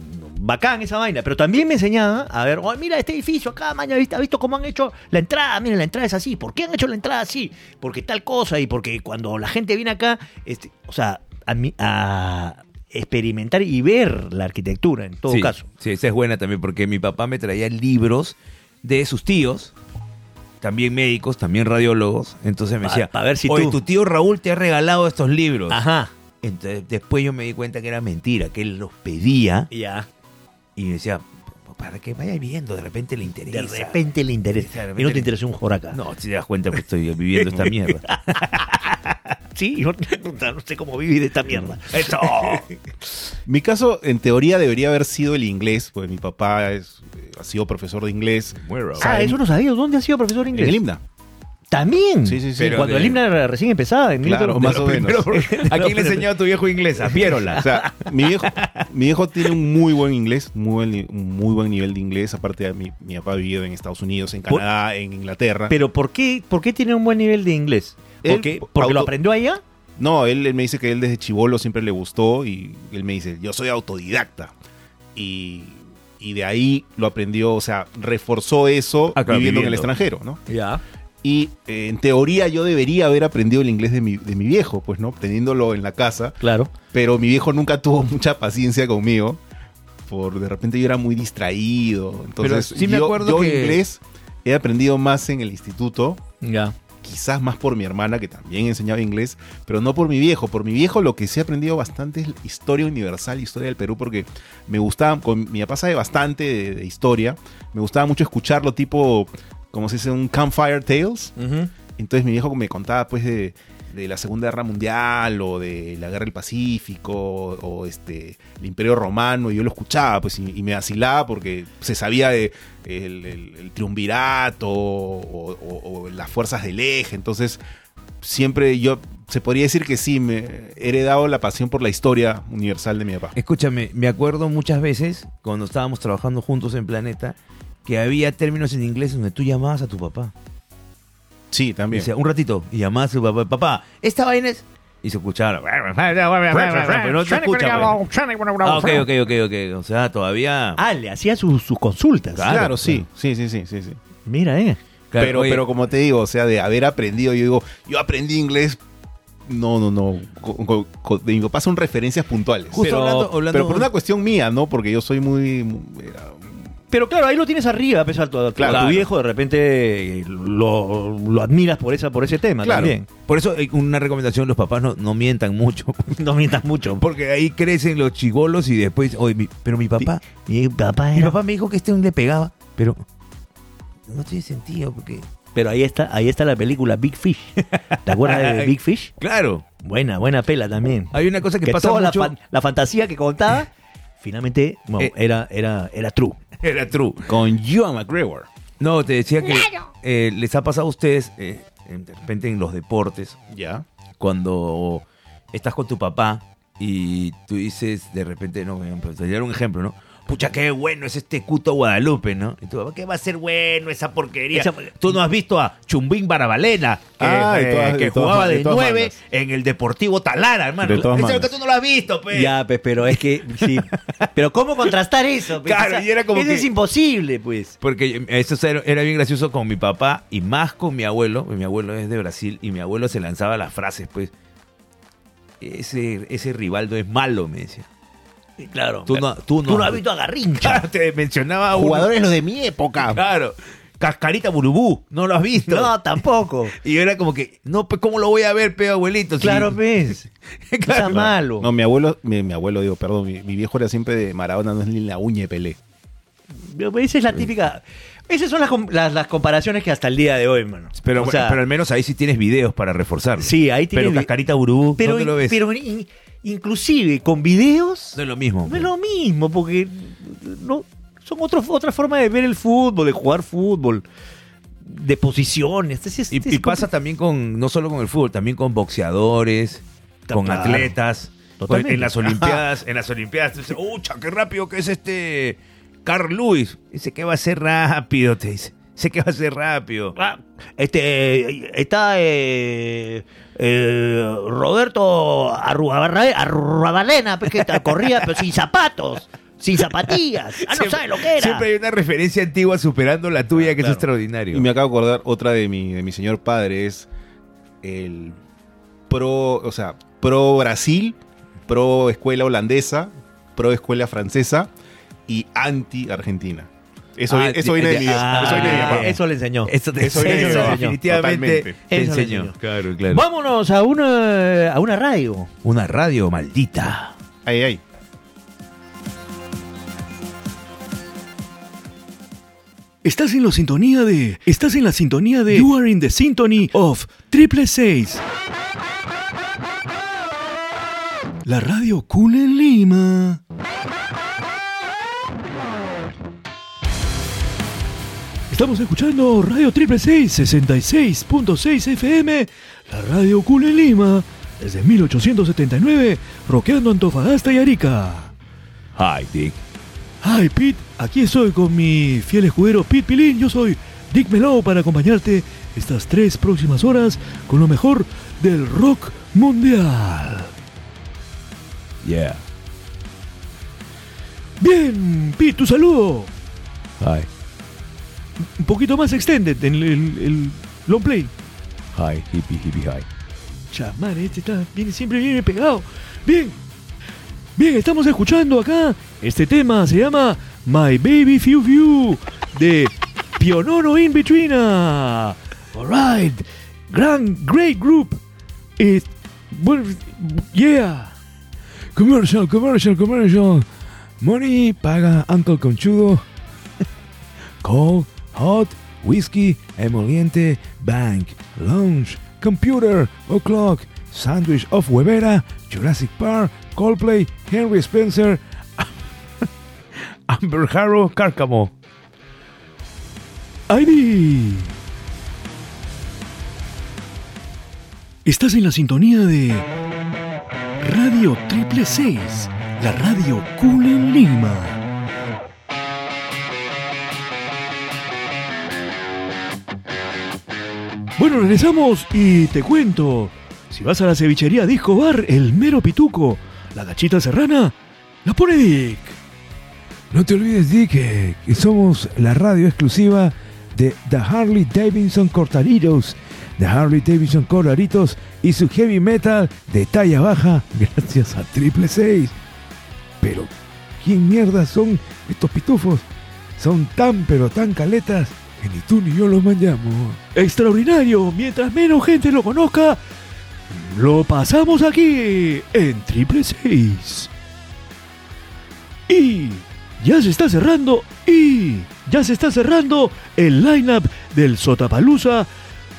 Speaker 1: bacán esa vaina. Pero también me enseñaba a ver, oh, mira este edificio acá, maña, ¿viste? ¿has visto cómo han hecho la entrada? Mira, la entrada es así. ¿Por qué han hecho la entrada así? Porque tal cosa y porque cuando la gente viene acá, este, o sea, a, mí- a experimentar y ver la arquitectura en todo
Speaker 2: Sí,
Speaker 1: caso.
Speaker 2: Sí, esa es buena también porque mi papá me traía libros de sus tíos, también médicos, también radiólogos. Entonces me
Speaker 1: Pa-
Speaker 2: decía,
Speaker 1: pa ver si
Speaker 2: oye,
Speaker 1: tú- Ah.
Speaker 2: tu tío Raúl te ha regalado estos libros.
Speaker 1: Ajá.
Speaker 2: Entonces después yo me di cuenta que era mentira, que él los pedía
Speaker 1: Ya.
Speaker 2: y me decía, "Pa- para que vaya viendo, de repente le interesa.
Speaker 1: De repente le interesa.
Speaker 2: De repente
Speaker 1: y no te
Speaker 2: le-
Speaker 1: interesa un joraca.
Speaker 2: No, si te das cuenta que estoy viviendo esta mierda.
Speaker 1: Sí, yo- no sé cómo vivir de esta mierda.
Speaker 2: ¡Eso!
Speaker 3: Mi caso, en teoría, debería haber sido el inglés, porque mi papá es- eh, ha sido profesor de inglés.
Speaker 2: Muero.
Speaker 1: Ah, eso no sabía. ¿Dónde ha sido profesor de
Speaker 3: En
Speaker 1: inglés?
Speaker 3: el himna.
Speaker 1: También.
Speaker 3: Sí, sí, sí.
Speaker 2: Pero
Speaker 1: Cuando
Speaker 2: de-
Speaker 1: el himno era- recién empezaba. En
Speaker 3: Claro,
Speaker 1: 1900.
Speaker 3: más o menos.
Speaker 2: ¿A quién le enseñó a tu viejo inglés? A Piérola.
Speaker 3: O sea, mi viejo, mi viejo tiene un muy buen inglés, muy buen, ni- un muy buen nivel de inglés. Aparte, mi, mi papá ha vivido en Estados Unidos, en
Speaker 1: Por-
Speaker 3: Canadá, en Inglaterra.
Speaker 1: Pero ¿por qué, ¿por qué tiene un buen nivel de inglés?
Speaker 3: Él-
Speaker 1: ¿Porque, porque lo
Speaker 3: auto-
Speaker 1: aprendió allá?
Speaker 3: No, él, él me dice que él desde chivolo siempre le gustó y él me dice, yo soy autodidacta. Y, y de ahí lo aprendió, o sea, reforzó eso
Speaker 2: Ah, claro,
Speaker 3: viviendo en el
Speaker 2: viviendo.
Speaker 3: extranjero, ¿no?
Speaker 1: Ya.
Speaker 3: Y eh, en teoría yo debería haber aprendido el inglés de mi, de mi viejo, pues, ¿no? Teniéndolo en la casa.
Speaker 1: Claro.
Speaker 3: Pero mi viejo nunca tuvo mucha paciencia conmigo. Por de repente yo era muy distraído. Entonces,
Speaker 2: sí me
Speaker 3: yo,
Speaker 2: acuerdo
Speaker 3: yo
Speaker 2: que-
Speaker 3: inglés he aprendido más en el instituto
Speaker 1: Ya.
Speaker 3: quizás más por mi hermana que también enseñaba inglés, pero no por mi viejo. Por mi viejo lo que sí he aprendido bastante es historia universal, historia del Perú, porque me gustaba, con mi papá sabe bastante de, de historia, me gustaba mucho escucharlo tipo, como se dice, un campfire tales. Entonces mi viejo me contaba pues de, de la Segunda Guerra Mundial o de la Guerra del Pacífico o, o, este el Imperio Romano y yo lo escuchaba pues y, y me vacilaba porque se sabía de el, el- el triunvirato o, o- o las fuerzas del eje. Entonces siempre yo se podría decir que sí me he heredado la pasión por la historia universal de mi
Speaker 2: Eh,
Speaker 3: papá.
Speaker 2: Escúchame, me acuerdo muchas veces cuando estábamos trabajando juntos en Planeta que había términos en inglés donde tú llamabas a tu papá.
Speaker 3: Sí, también.
Speaker 2: Decía, un ratito, y llamabas a tu papá, papá, esta vaina es... Y se escuchaba. Pero no te escucha, pues. Ah, ok, ok, ok, ok. O sea, todavía...
Speaker 1: Ah, le hacía sus- sus consultas.
Speaker 2: Claro,
Speaker 3: Claro, sí, sí, sí, sí, sí, sí.
Speaker 1: Mira, eh.
Speaker 2: Claro,
Speaker 3: pero,
Speaker 2: oye,
Speaker 3: pero como te digo, o sea, de haber aprendido, yo digo, yo aprendí inglés. No, no, no. co- co- co- de mi papá son referencias puntuales.
Speaker 2: Justo
Speaker 3: pero,
Speaker 2: hablando- hablando-
Speaker 3: pero por una cuestión mía, ¿no? Porque yo soy muy. eh, muy- era-
Speaker 1: Pero claro, ahí lo tienes arriba, a pesar de tu, a
Speaker 3: Claro.
Speaker 1: tu viejo, de repente eh, lo, lo admiras por, esa, por ese tema
Speaker 3: Claro.
Speaker 1: también.
Speaker 2: Por eso eh, una recomendación, los papás no, no mientan mucho.
Speaker 1: No mientas mucho.
Speaker 2: Porque ahí crecen los chigolos y después... oye, mi- pero mi papá...
Speaker 1: Mi papá
Speaker 2: Mi
Speaker 1: era-
Speaker 2: papá me dijo que este hombre le pegaba, pero... No tiene sentido porque...
Speaker 1: Pero ahí está, ahí está la película Big Fish. ¿Te acuerdas de Big Fish?
Speaker 2: Claro.
Speaker 1: Buena, buena pela también.
Speaker 2: Hay una cosa que,
Speaker 1: Que
Speaker 2: pasa
Speaker 1: toda la,
Speaker 2: mucho.
Speaker 1: fan- la fantasía que contaba, finalmente bueno,
Speaker 2: Eh.
Speaker 1: era, era, era true.
Speaker 2: Era true.
Speaker 3: Con Joan McGregor.
Speaker 2: No, te decía que eh, les ha pasado a ustedes, eh, en- de repente en los deportes,
Speaker 3: Ya.
Speaker 2: cuando estás con tu papá y tú dices de repente, no, por ejemplo, te daré un ejemplo, ¿no? Pucha, qué bueno es este cuto Guadalupe, ¿no? Y tú, ¿qué va a ser bueno esa porquería?
Speaker 1: Esa-
Speaker 2: Tú no has visto a Chumbín Barabalena, que,
Speaker 3: Ah, de
Speaker 2: eh,
Speaker 3: todas-
Speaker 2: que
Speaker 3: de todas
Speaker 2: jugaba
Speaker 3: man- de
Speaker 2: de
Speaker 3: todas
Speaker 2: 9
Speaker 3: maneras.
Speaker 2: en el Deportivo Talara, hermano.
Speaker 3: De todas
Speaker 2: Eso es lo que
Speaker 3: maneras.
Speaker 2: tú no lo has visto, pe.
Speaker 1: Ya, pues, pero es que sí. Pero ¿cómo contrastar eso? pues?
Speaker 2: Claro, y era como
Speaker 1: eso
Speaker 2: que-
Speaker 1: es imposible, pues.
Speaker 2: Porque eso era, era bien gracioso con mi papá y más con mi abuelo. porque Mi abuelo es de Brasil y mi abuelo se lanzaba las frases, pues. Ese, ese Rivaldo es malo, me decía.
Speaker 1: Claro.
Speaker 2: Tú no, tú no,
Speaker 1: Tú no has visto a Garrincha.
Speaker 2: Claro, te
Speaker 1: Ah,
Speaker 2: mencionaba a uno.
Speaker 3: Jugadores los de mi época.
Speaker 2: Claro. Cascarita Burubú, no lo has visto.
Speaker 1: No, tampoco.
Speaker 2: Y yo era como que, no, pues, ¿cómo lo voy a ver, pe abuelito? Sí.
Speaker 1: Claro, pues.
Speaker 2: Claro.
Speaker 1: Está malo.
Speaker 3: No, mi abuelo, mi, mi abuelo, digo, perdón, mi, mi viejo era siempre de Maradona, no es ni la uña de Pelé.
Speaker 1: pues, Esa es la típica. Esas son las, com- las, las comparaciones que hasta el día de hoy, mano.
Speaker 2: Pero,
Speaker 1: O sea,
Speaker 2: pero al menos ahí sí tienes videos para reforzarlo.
Speaker 1: Sí, ahí tienes
Speaker 2: Pero
Speaker 1: vi-
Speaker 2: Cascarita Burubú,
Speaker 1: pero,
Speaker 2: ¿dónde lo ves?
Speaker 1: pero in- inclusive con videos
Speaker 2: no es lo mismo. pues.
Speaker 1: no es lo mismo, porque no, son otros otra forma de ver el fútbol, de jugar fútbol, de posiciones. Este sí es-
Speaker 2: Y,
Speaker 1: este
Speaker 2: y
Speaker 1: es
Speaker 2: pasa también con, no solo con el fútbol, también con boxeadores,
Speaker 1: Ta-
Speaker 2: con
Speaker 1: claro.
Speaker 2: atletas.
Speaker 1: Totalmente.
Speaker 2: En las Olimpiadas, en las Olimpiadas, tú dices, ¡ucha, qué rápido que es este Carl Lewis! Dice que va a ser rápido, te dice. Sé que va a ser rápido.
Speaker 1: Ah, Este está eh, eh, Roberto Arruabarra- Arruabarrena, pues, que ta- corría pero sin zapatos, sin zapatillas. Ah, no
Speaker 2: Siempre-
Speaker 1: sabe lo que era.
Speaker 2: Siempre hay una referencia antigua superando la tuya, que
Speaker 1: Ah, claro.
Speaker 2: es extraordinario.
Speaker 3: Y me acabo de acordar otra de mi, de mi señor padre, es el pro, o sea, pro Brasil, pro escuela holandesa, pro escuela francesa y anti Argentina. Eso,
Speaker 2: Ah,
Speaker 3: viene- eso viene de mi
Speaker 1: Ah,
Speaker 3: eso viene de mi papá.
Speaker 1: eso le enseñó.
Speaker 2: Eso te
Speaker 3: Eso viene
Speaker 2: enseñó,
Speaker 1: de mi papá.
Speaker 2: definitivamente
Speaker 3: Totalmente.
Speaker 2: te
Speaker 1: Eso le
Speaker 2: enseñó.
Speaker 1: enseñó.
Speaker 2: Claro, claro.
Speaker 1: Vámonos a una, a una radio.
Speaker 2: Una radio maldita.
Speaker 3: Ahí, ahí.
Speaker 4: Estás en la sintonía de. Estás en la sintonía de. You are in the symphony of Triple 6. La radio cool en Lima. Estamos escuchando Radio Triple 6 66.6 FM, la radio cool en Lima, desde 1879, roqueando Antofagasta y Arica.
Speaker 2: Hi, Dick.
Speaker 4: Hi Pete, aquí estoy con mi fiel escudero Pete Pilín, yo soy Dick Melo para acompañarte estas tres próximas horas con lo mejor del rock mundial.
Speaker 2: Yeah.
Speaker 4: Bien, Pete, tu saludo.
Speaker 2: Hi.
Speaker 4: Un poquito más extended en el, el- el long play.
Speaker 2: Hi. Hippie, hippie, hi.
Speaker 4: Chamar, este está, viene, siempre viene pegado. Bien, bien, estamos escuchando acá. Este tema se llama My Baby Few Few de Pionono In Between. Alright, gran, great group. It, bueno, yeah. Commercial, commercial, commercial. Money paga Uncle Conchudo. Cold, hot, whiskey, emoliente, bank, lounge, computer, o'clock, sandwich of huevera, Jurassic Park, Coldplay, Henry Spencer, Amber Harrow, Cárcamo. ID. Estás en la sintonía de Radio Triple 6, la radio cool en Lima. Bueno, regresamos y te cuento. Si vas a la cevichería Disco Bar, el mero pituco, la gachita serrana, la pone Dick.
Speaker 5: No te olvides, Dick, eh, que somos la radio exclusiva de The Harley Davidson Cortaritos. The Harley Davidson Cortaritos y su heavy metal de talla baja gracias a Triple 6. Pero, ¿quién mierda son estos pitufos? Son tan pero tan caletas que ni tú ni yo los manchamos.
Speaker 4: Extraordinario, mientras menos gente lo conozca, lo pasamos aquí en Triple 6. Y ya se está cerrando y ya se está cerrando el lineup del Sotapalooza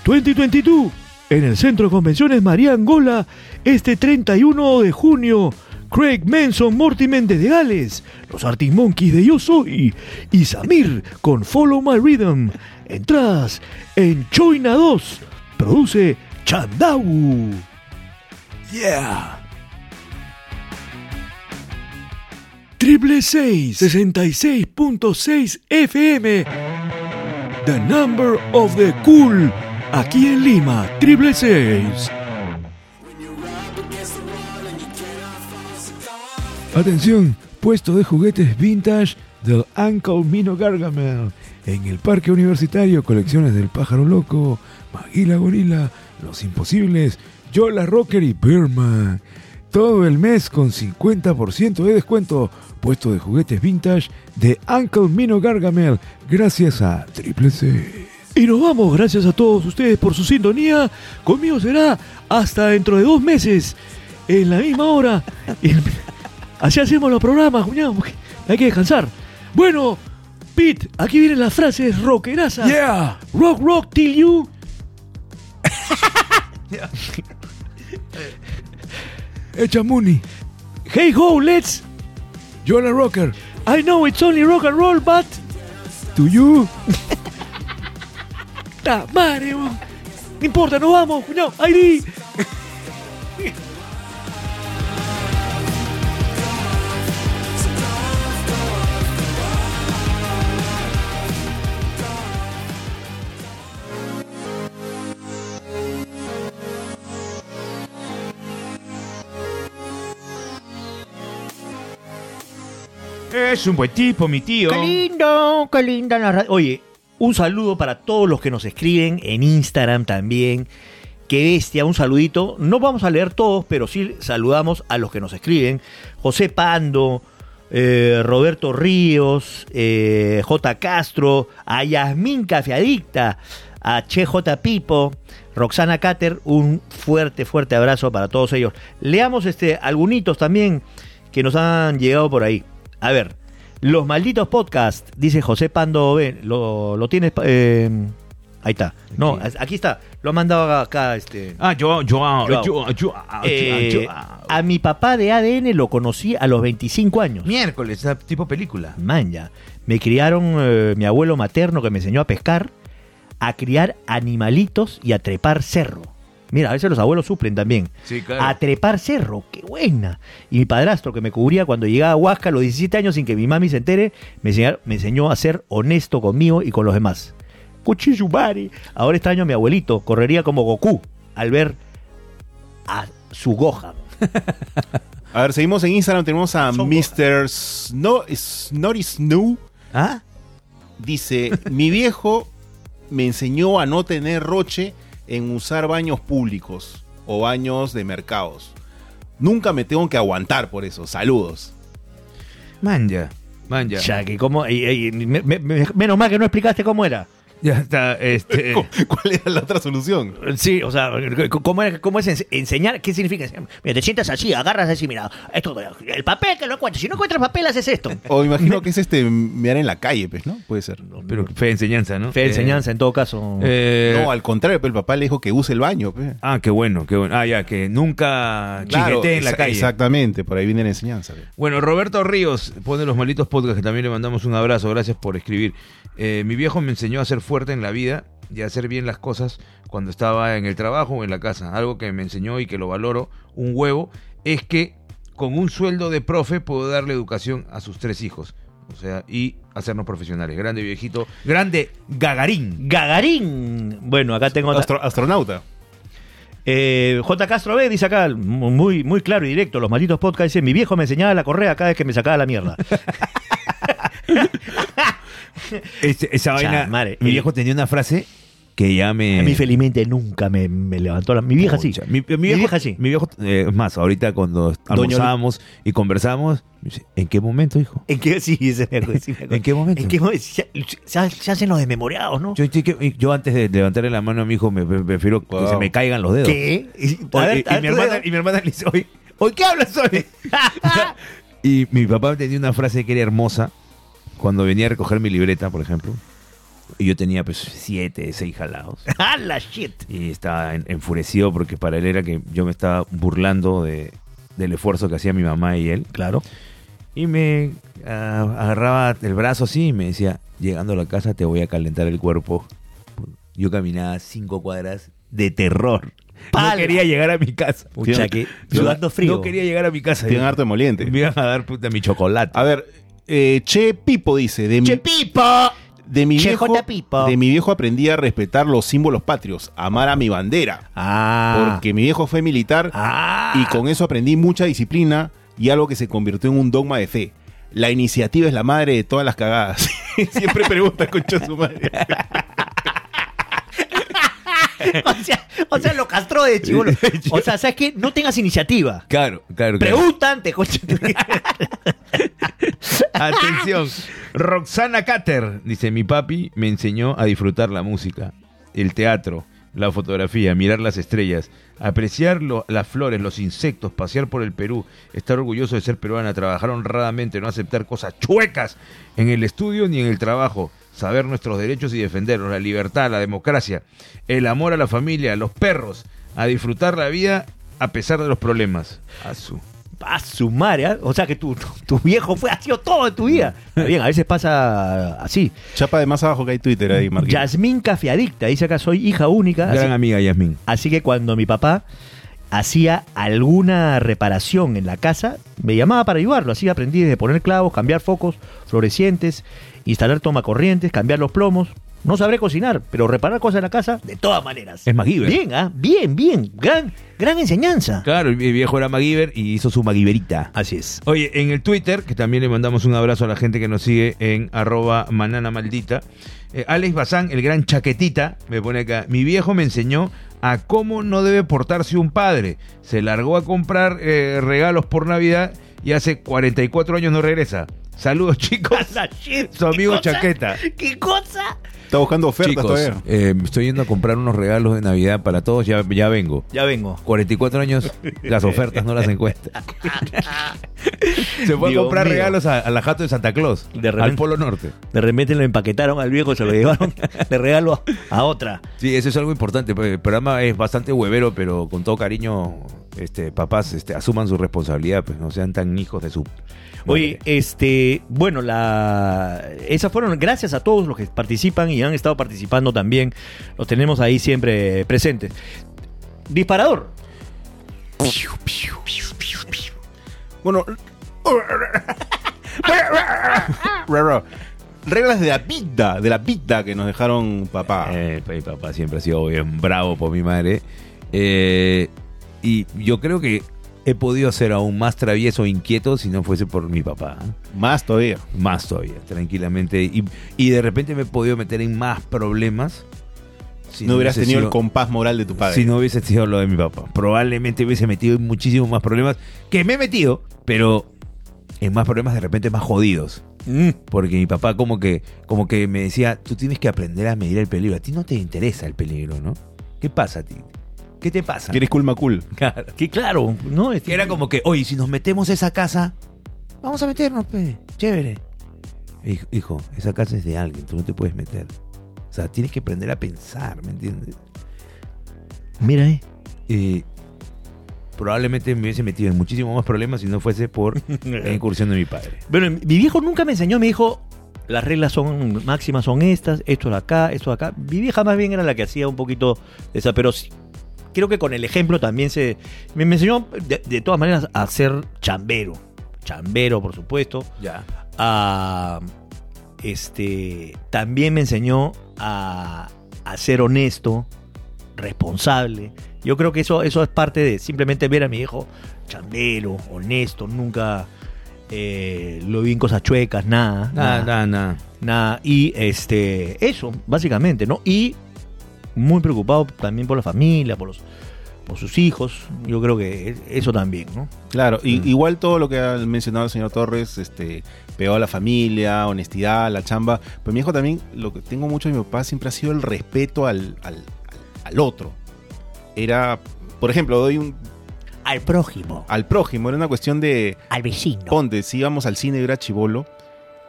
Speaker 4: 2022 en el Centro de Convenciones María Angola este 31 de junio. Craig Manson, Mortimer de Gales, los Arctic Monkeys de Yo Soy y Samir con Follow My Rhythm. Entradas en Choina 2. Produce Chandau.
Speaker 5: Yeah.
Speaker 4: triple 66.6 FM. The number of the cool. Aquí en Lima, triple 6.
Speaker 5: Atención, puesto de juguetes vintage del Uncle Mino Gargamel. En el Parque Universitario, colecciones del Pájaro Loco, Maguila Gorila, Los Imposibles, Yola Rocker y Birdman. Todo el mes con 50% de descuento. Puesto de juguetes vintage de Uncle Mino Gargamel. Gracias a Triple C.
Speaker 4: Y nos vamos, gracias a todos ustedes por su sintonía. Conmigo será hasta dentro de dos meses, en la misma hora. En- Así hacemos los programas, cuñado. porque Hay que descansar. Bueno, Pete, aquí vienen las frases rockerazas.
Speaker 5: Yeah.
Speaker 4: Rock, rock till you.
Speaker 5: Echa Muni.
Speaker 4: Hey ho, let's.
Speaker 5: Yola Rocker.
Speaker 4: I know it's only rock and roll, but.
Speaker 5: To you.
Speaker 4: Ta madre, weón. No importa, nos vamos, cuñado. ID.
Speaker 2: Es un buen tipo, mi tío.
Speaker 1: Qué lindo, qué linda la radio. Oye, un saludo para todos los que nos escriben en Instagram también. Qué bestia, un saludito. No vamos a leer todos, pero sí saludamos a los que nos escriben. José Pando, eh, Roberto Ríos, eh, J. Castro, a Yasmín Cafeadicta, a Che J. Pipo, Roxana Cater. Un fuerte, fuerte abrazo para todos ellos. Leamos este, algunitos también que nos han llegado por ahí. A ver, los malditos podcast, dice José Pando, ven, lo, lo tienes, pa- eh, ahí está. No,
Speaker 2: Aquí.
Speaker 1: aquí está, lo ha mandado acá este.
Speaker 2: Ah, yo, yo, yo,
Speaker 1: Joao.
Speaker 2: yo, yo, ah,
Speaker 1: Eh,
Speaker 2: yo-
Speaker 1: a mi papá de ADN lo conocí a los 25 años.
Speaker 2: Miércoles, ah, tipo película.
Speaker 1: Manja. Me criaron eh, mi abuelo materno que me enseñó a pescar, a criar animalitos y a trepar cerro. Mira, a veces los abuelos suplen también.
Speaker 2: Sí,
Speaker 1: A trepar cerro, qué buena. Y mi padrastro, que me cubría cuando llegaba a Huasca a los 17 años sin que mi mami se entere, me enseñó, me enseñó a ser honesto conmigo y con los demás. Cuchillubari. Ahora extraño a mi abuelito, correría como Goku al ver a su Gohan.
Speaker 3: A ver, seguimos en Instagram. Tenemos a
Speaker 1: Son-
Speaker 3: Mr. Sno- Snotty Snoo.
Speaker 2: ¿Ah?
Speaker 3: Dice: Mi viejo me enseñó a no tener roche en usar baños públicos o baños de mercados. Nunca me tengo que aguantar por eso. Saludos.
Speaker 2: Manja, manja.
Speaker 1: Ya, que cómo- y- y- me- me- me- menos mal que no explicaste cómo era.
Speaker 2: Ya está, este.
Speaker 3: ¿Cuál era la otra solución?
Speaker 1: Sí, o sea, ¿cómo, era- cómo es ense- enseñar? ¿Qué significa enseñar? Mira, te sientas así, agarras así, mira, esto, el papel que lo encuentras. Si no encuentras papel, haces esto.
Speaker 3: O imagino que es este mear en la calle, pues, ¿no? Puede ser. No,
Speaker 2: Pero fe de enseñanza, ¿no?
Speaker 1: Fe de
Speaker 2: Eh,
Speaker 1: enseñanza, en todo caso.
Speaker 2: eh,
Speaker 3: al contrario, pues, el papá le dijo que use el baño. pues.
Speaker 2: ah, qué bueno, qué bueno. Ah, ya, que nunca chinguete en la
Speaker 3: exa-
Speaker 2: calle.
Speaker 3: Exactamente, por ahí viene la enseñanza. pues.
Speaker 2: Bueno, Roberto Ríos pone los malditos podcasts que también le mandamos un abrazo, gracias por escribir. Eh, mi viejo me enseñó a ser fuerte en la vida y a hacer bien las cosas cuando estaba en el trabajo o en la casa. Algo que me enseñó y que lo valoro un huevo es que con un sueldo de profe puedo darle educación a sus tres hijos. O sea, y hacernos profesionales. Grande viejito, grande gagarín.
Speaker 1: Gagarín. Bueno, acá tengo otra.
Speaker 3: Astro- astronauta.
Speaker 1: Eh, J. Castro B dice acá, muy, muy claro y directo, los malditos podcasts. Dice: Mi viejo me enseñaba la correa cada vez que me sacaba la mierda.
Speaker 2: Este, esa
Speaker 1: Cha,
Speaker 2: vaina.
Speaker 1: madre.
Speaker 2: Mi viejo tenía una frase que ya me.
Speaker 1: A mí, felizmente, nunca me, me levantó la. Mi vieja sí.
Speaker 2: Pucha,
Speaker 1: Mi,
Speaker 2: Mi, mi viejo,
Speaker 1: vieja sí.
Speaker 2: Mi viejo, eh, es más, ahorita cuando almorzábamos y conversábamos, me dice, ¿en qué momento, hijo?
Speaker 1: ¿En qué? Sí, ese me acuerdo, sí me acuerdo.
Speaker 2: ¿En qué momento?
Speaker 1: ¿En qué momento? Se, se- se hacen los desmemoriados, ¿no?
Speaker 2: Yo, yo- yo- yo antes de levantarle la mano a mi hijo, me, me- prefiero que
Speaker 3: Wow.
Speaker 2: se me caigan los dedos.
Speaker 1: ¿Qué?
Speaker 2: O-
Speaker 1: A ver,
Speaker 2: y,
Speaker 1: a
Speaker 2: y mi
Speaker 1: ver, tú
Speaker 2: hermana,
Speaker 1: deja-
Speaker 2: y mi hermana le dice, hoy, hoy ¿qué hablas hoy? y mi papá tenía una frase que era hermosa cuando venía a recoger mi libreta, por ejemplo. Y yo tenía pues siete, seis jalados.
Speaker 1: ¡Ah, la shit!
Speaker 2: y estaba en- enfurecido porque para él era que yo me estaba burlando de, del esfuerzo que hacía mi mamá y él. Claro. Y me ah, agarraba el brazo así y me decía, llegando a la casa te voy a calentar el cuerpo. Yo caminaba cinco cuadras de terror.
Speaker 1: Pala.
Speaker 2: No quería llegar a mi casa.
Speaker 1: Pucha, que sudando frío.
Speaker 2: No quería llegar a mi casa.
Speaker 3: Tienen harto Ah, emoliente.
Speaker 2: Me iban a dar puta mi chocolate.
Speaker 3: A ver, eh, Che Pipo dice, de mi,
Speaker 1: Chepipa.
Speaker 3: de mi
Speaker 1: Che
Speaker 3: viejo,
Speaker 1: J. Pipo.
Speaker 3: de mi viejo aprendí a respetar los símbolos patrios, amar a mi bandera,
Speaker 1: Ah.
Speaker 3: porque mi viejo fue militar
Speaker 1: Ah.
Speaker 3: y con eso aprendí mucha disciplina y algo que se convirtió en un dogma de fe. La iniciativa es la madre de todas las cagadas. Siempre pregunta concha su madre.
Speaker 1: o, sea, o sea, lo castró de chivolo. O sea, ¿sabes qué? No tengas iniciativa.
Speaker 2: Claro, claro. claro.
Speaker 1: Pregunta antes, coche.
Speaker 2: Atención. Roxana Cater dice: Mi papi me enseñó a disfrutar la música, el teatro, la fotografía, mirar las estrellas, apreciar lo- las flores, los insectos, pasear por el Perú, estar orgulloso de ser peruana, trabajar honradamente, no aceptar cosas chuecas en el estudio ni en el trabajo. Saber nuestros derechos y defenderlos, la libertad, la democracia, el amor a la familia, los perros, a disfrutar la vida a pesar de los problemas. A su.
Speaker 1: A su madre, ¿ah? O sea, que tu, tu viejo fue, ha sido todo en tu vida. Está Bien, a veces pasa así.
Speaker 3: Chapa de más abajo que hay Twitter ahí, Marquín.
Speaker 1: Yasmín Cafiadicta dice acá: soy hija única.
Speaker 2: Gran
Speaker 1: así-
Speaker 2: amiga, Yasmín.
Speaker 1: Así que cuando mi papá hacía alguna reparación en la casa, me llamaba para ayudarlo. Así aprendí desde poner clavos, cambiar focos florecientes, instalar tomacorrientes, cambiar los plomos. No sabré cocinar, pero reparar cosas en la casa, de todas maneras.
Speaker 2: Es MacGyver.
Speaker 1: Bien, ¿ah? bien, bien. Gran, gran enseñanza.
Speaker 2: Claro, mi viejo era MacGyver y hizo su MacGyverita.
Speaker 1: Así es.
Speaker 2: Oye, en el Twitter, que también le mandamos un abrazo a la gente que nos sigue en arroba manana maldita, eh, Alex Bazán, el gran chaquetita, me pone acá, mi viejo me enseñó a cómo no debe portarse un padre. Se largó a comprar eh, regalos por Navidad y hace 44 años no regresa. Saludos chicos, su amigo chaqueta.
Speaker 1: ¿Qué cosa?
Speaker 3: Está buscando ofertas
Speaker 2: Chicos,
Speaker 3: todavía.
Speaker 2: eh, estoy yendo a comprar unos regalos de Navidad para todos, ya, ya vengo.
Speaker 1: Ya vengo.
Speaker 2: 44 años, las ofertas no las encuentra. Se fue
Speaker 1: Dios
Speaker 2: a comprar
Speaker 1: mío.
Speaker 2: regalos a, a la jato de Santa Claus,
Speaker 1: De
Speaker 2: al
Speaker 1: repente.
Speaker 2: Polo Norte.
Speaker 1: De repente lo empaquetaron al viejo, se lo llevaron de regalo a, a otra.
Speaker 2: Sí, eso es algo importante. porque El programa es bastante huevero, pero con todo cariño, este, papás, este, asuman su responsabilidad, pues no sean tan hijos de su.
Speaker 1: Oye, este, bueno, la, esas fueron gracias a todos los que participan y han estado participando también. Los tenemos ahí siempre presentes. Disparador.
Speaker 3: Bueno. Ra, ra. Reglas de la vida, de la vida que nos dejaron papá.
Speaker 2: Eh, mi papá siempre ha sido bien bravo por mi madre. Eh, y yo creo que he podido ser aún más travieso e inquieto si no fuese por mi papá. ¿eh?
Speaker 3: Más todavía.
Speaker 2: más todavía, tranquilamente. Y, y de repente me he podido meter en más problemas. Si
Speaker 3: no hubieras
Speaker 2: hubiese
Speaker 3: tenido el
Speaker 2: sido-
Speaker 3: compás moral de tu padre.
Speaker 2: Si no hubiese sido lo de mi papá. Probablemente hubiese metido en muchísimos más problemas que me he metido, pero en más problemas de repente más jodidos.
Speaker 3: Mm.
Speaker 2: Porque mi papá como que, como que me decía, tú tienes que aprender a medir el peligro. A ti no te interesa el peligro, ¿no? ¿Qué pasa a ti? ¿Qué te pasa?
Speaker 3: Que eres cool macul.
Speaker 2: Claro.
Speaker 1: Que claro, ¿no? Este,
Speaker 2: Que era como que, oye, si nos metemos a esa casa, vamos a meternos, pe, chévere. Hijo, hijo, esa casa es de alguien, tú no te puedes meter. O sea, tienes que aprender a pensar, ¿me entiendes?
Speaker 1: Mira, eh.
Speaker 2: Y probablemente me hubiese metido en muchísimos más problemas si no fuese por la incursión de mi padre.
Speaker 1: Bueno, mi viejo nunca me enseñó, me dijo, las reglas son máximas, son estas, esto de acá, esto de acá. Mi vieja más bien era la que hacía un poquito de esa, pero sí, creo que con el ejemplo también se... Me, me enseñó de, de todas maneras a ser chambero. Chambero, por supuesto.
Speaker 2: Ya.
Speaker 1: a, este también me enseñó a, a ser honesto, responsable. Yo creo que eso, eso es parte de simplemente ver a mi hijo chambero, honesto, nunca eh, lo vi en cosas chuecas, nada,
Speaker 2: Nada, nada, nada.
Speaker 1: nada. Y este, eso, básicamente, ¿no? Y muy preocupado también por la familia, por los por sus hijos, yo creo que es- eso también, ¿no?
Speaker 3: Claro, y-
Speaker 2: Mm.
Speaker 3: igual todo lo que ha mencionado el señor Torres, este, pegado a la familia, honestidad, la chamba. Pero mi hijo también, lo que tengo mucho de mi papá siempre ha sido el respeto al, al- al- al otro. Era, por ejemplo, doy un,
Speaker 1: Al prójimo,
Speaker 3: al prójimo, era una cuestión de,
Speaker 1: al vecino.
Speaker 3: Ponte, si íbamos al cine, yo era chivolo.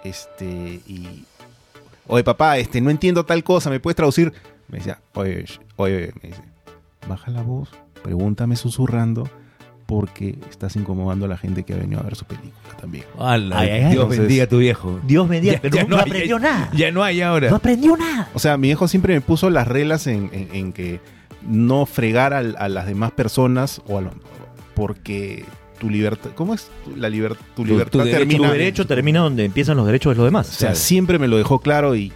Speaker 3: Este, y. Oye, papá, este, no entiendo tal cosa, ¿me puedes traducir? Me decía, oye, sh- oye, me dice, baja la voz, pregúntame susurrando, porque estás incomodando a la gente que ha venido a ver su película también.
Speaker 2: Ala,
Speaker 1: Ay, ay, ay.
Speaker 2: Dios
Speaker 3: Entonces-
Speaker 2: bendiga a tu viejo.
Speaker 1: Dios me diga,
Speaker 2: pues Ya- ya
Speaker 1: pero no,
Speaker 2: no hay-
Speaker 1: aprendió nada.
Speaker 2: Ya no hay
Speaker 1: No
Speaker 2: ahora.
Speaker 1: aprendió nada.
Speaker 3: O sea, mi hijo siempre me puso las reglas en, en- en que no fregar al- a, las demás personas o a los- porque tu libertad, ¿cómo es? Tu- La liber- tu libertad
Speaker 2: derecho-
Speaker 3: termina.
Speaker 1: Tu derecho termina donde empiezan los derechos de los demás.
Speaker 3: O sea, siempre me lo dejó claro y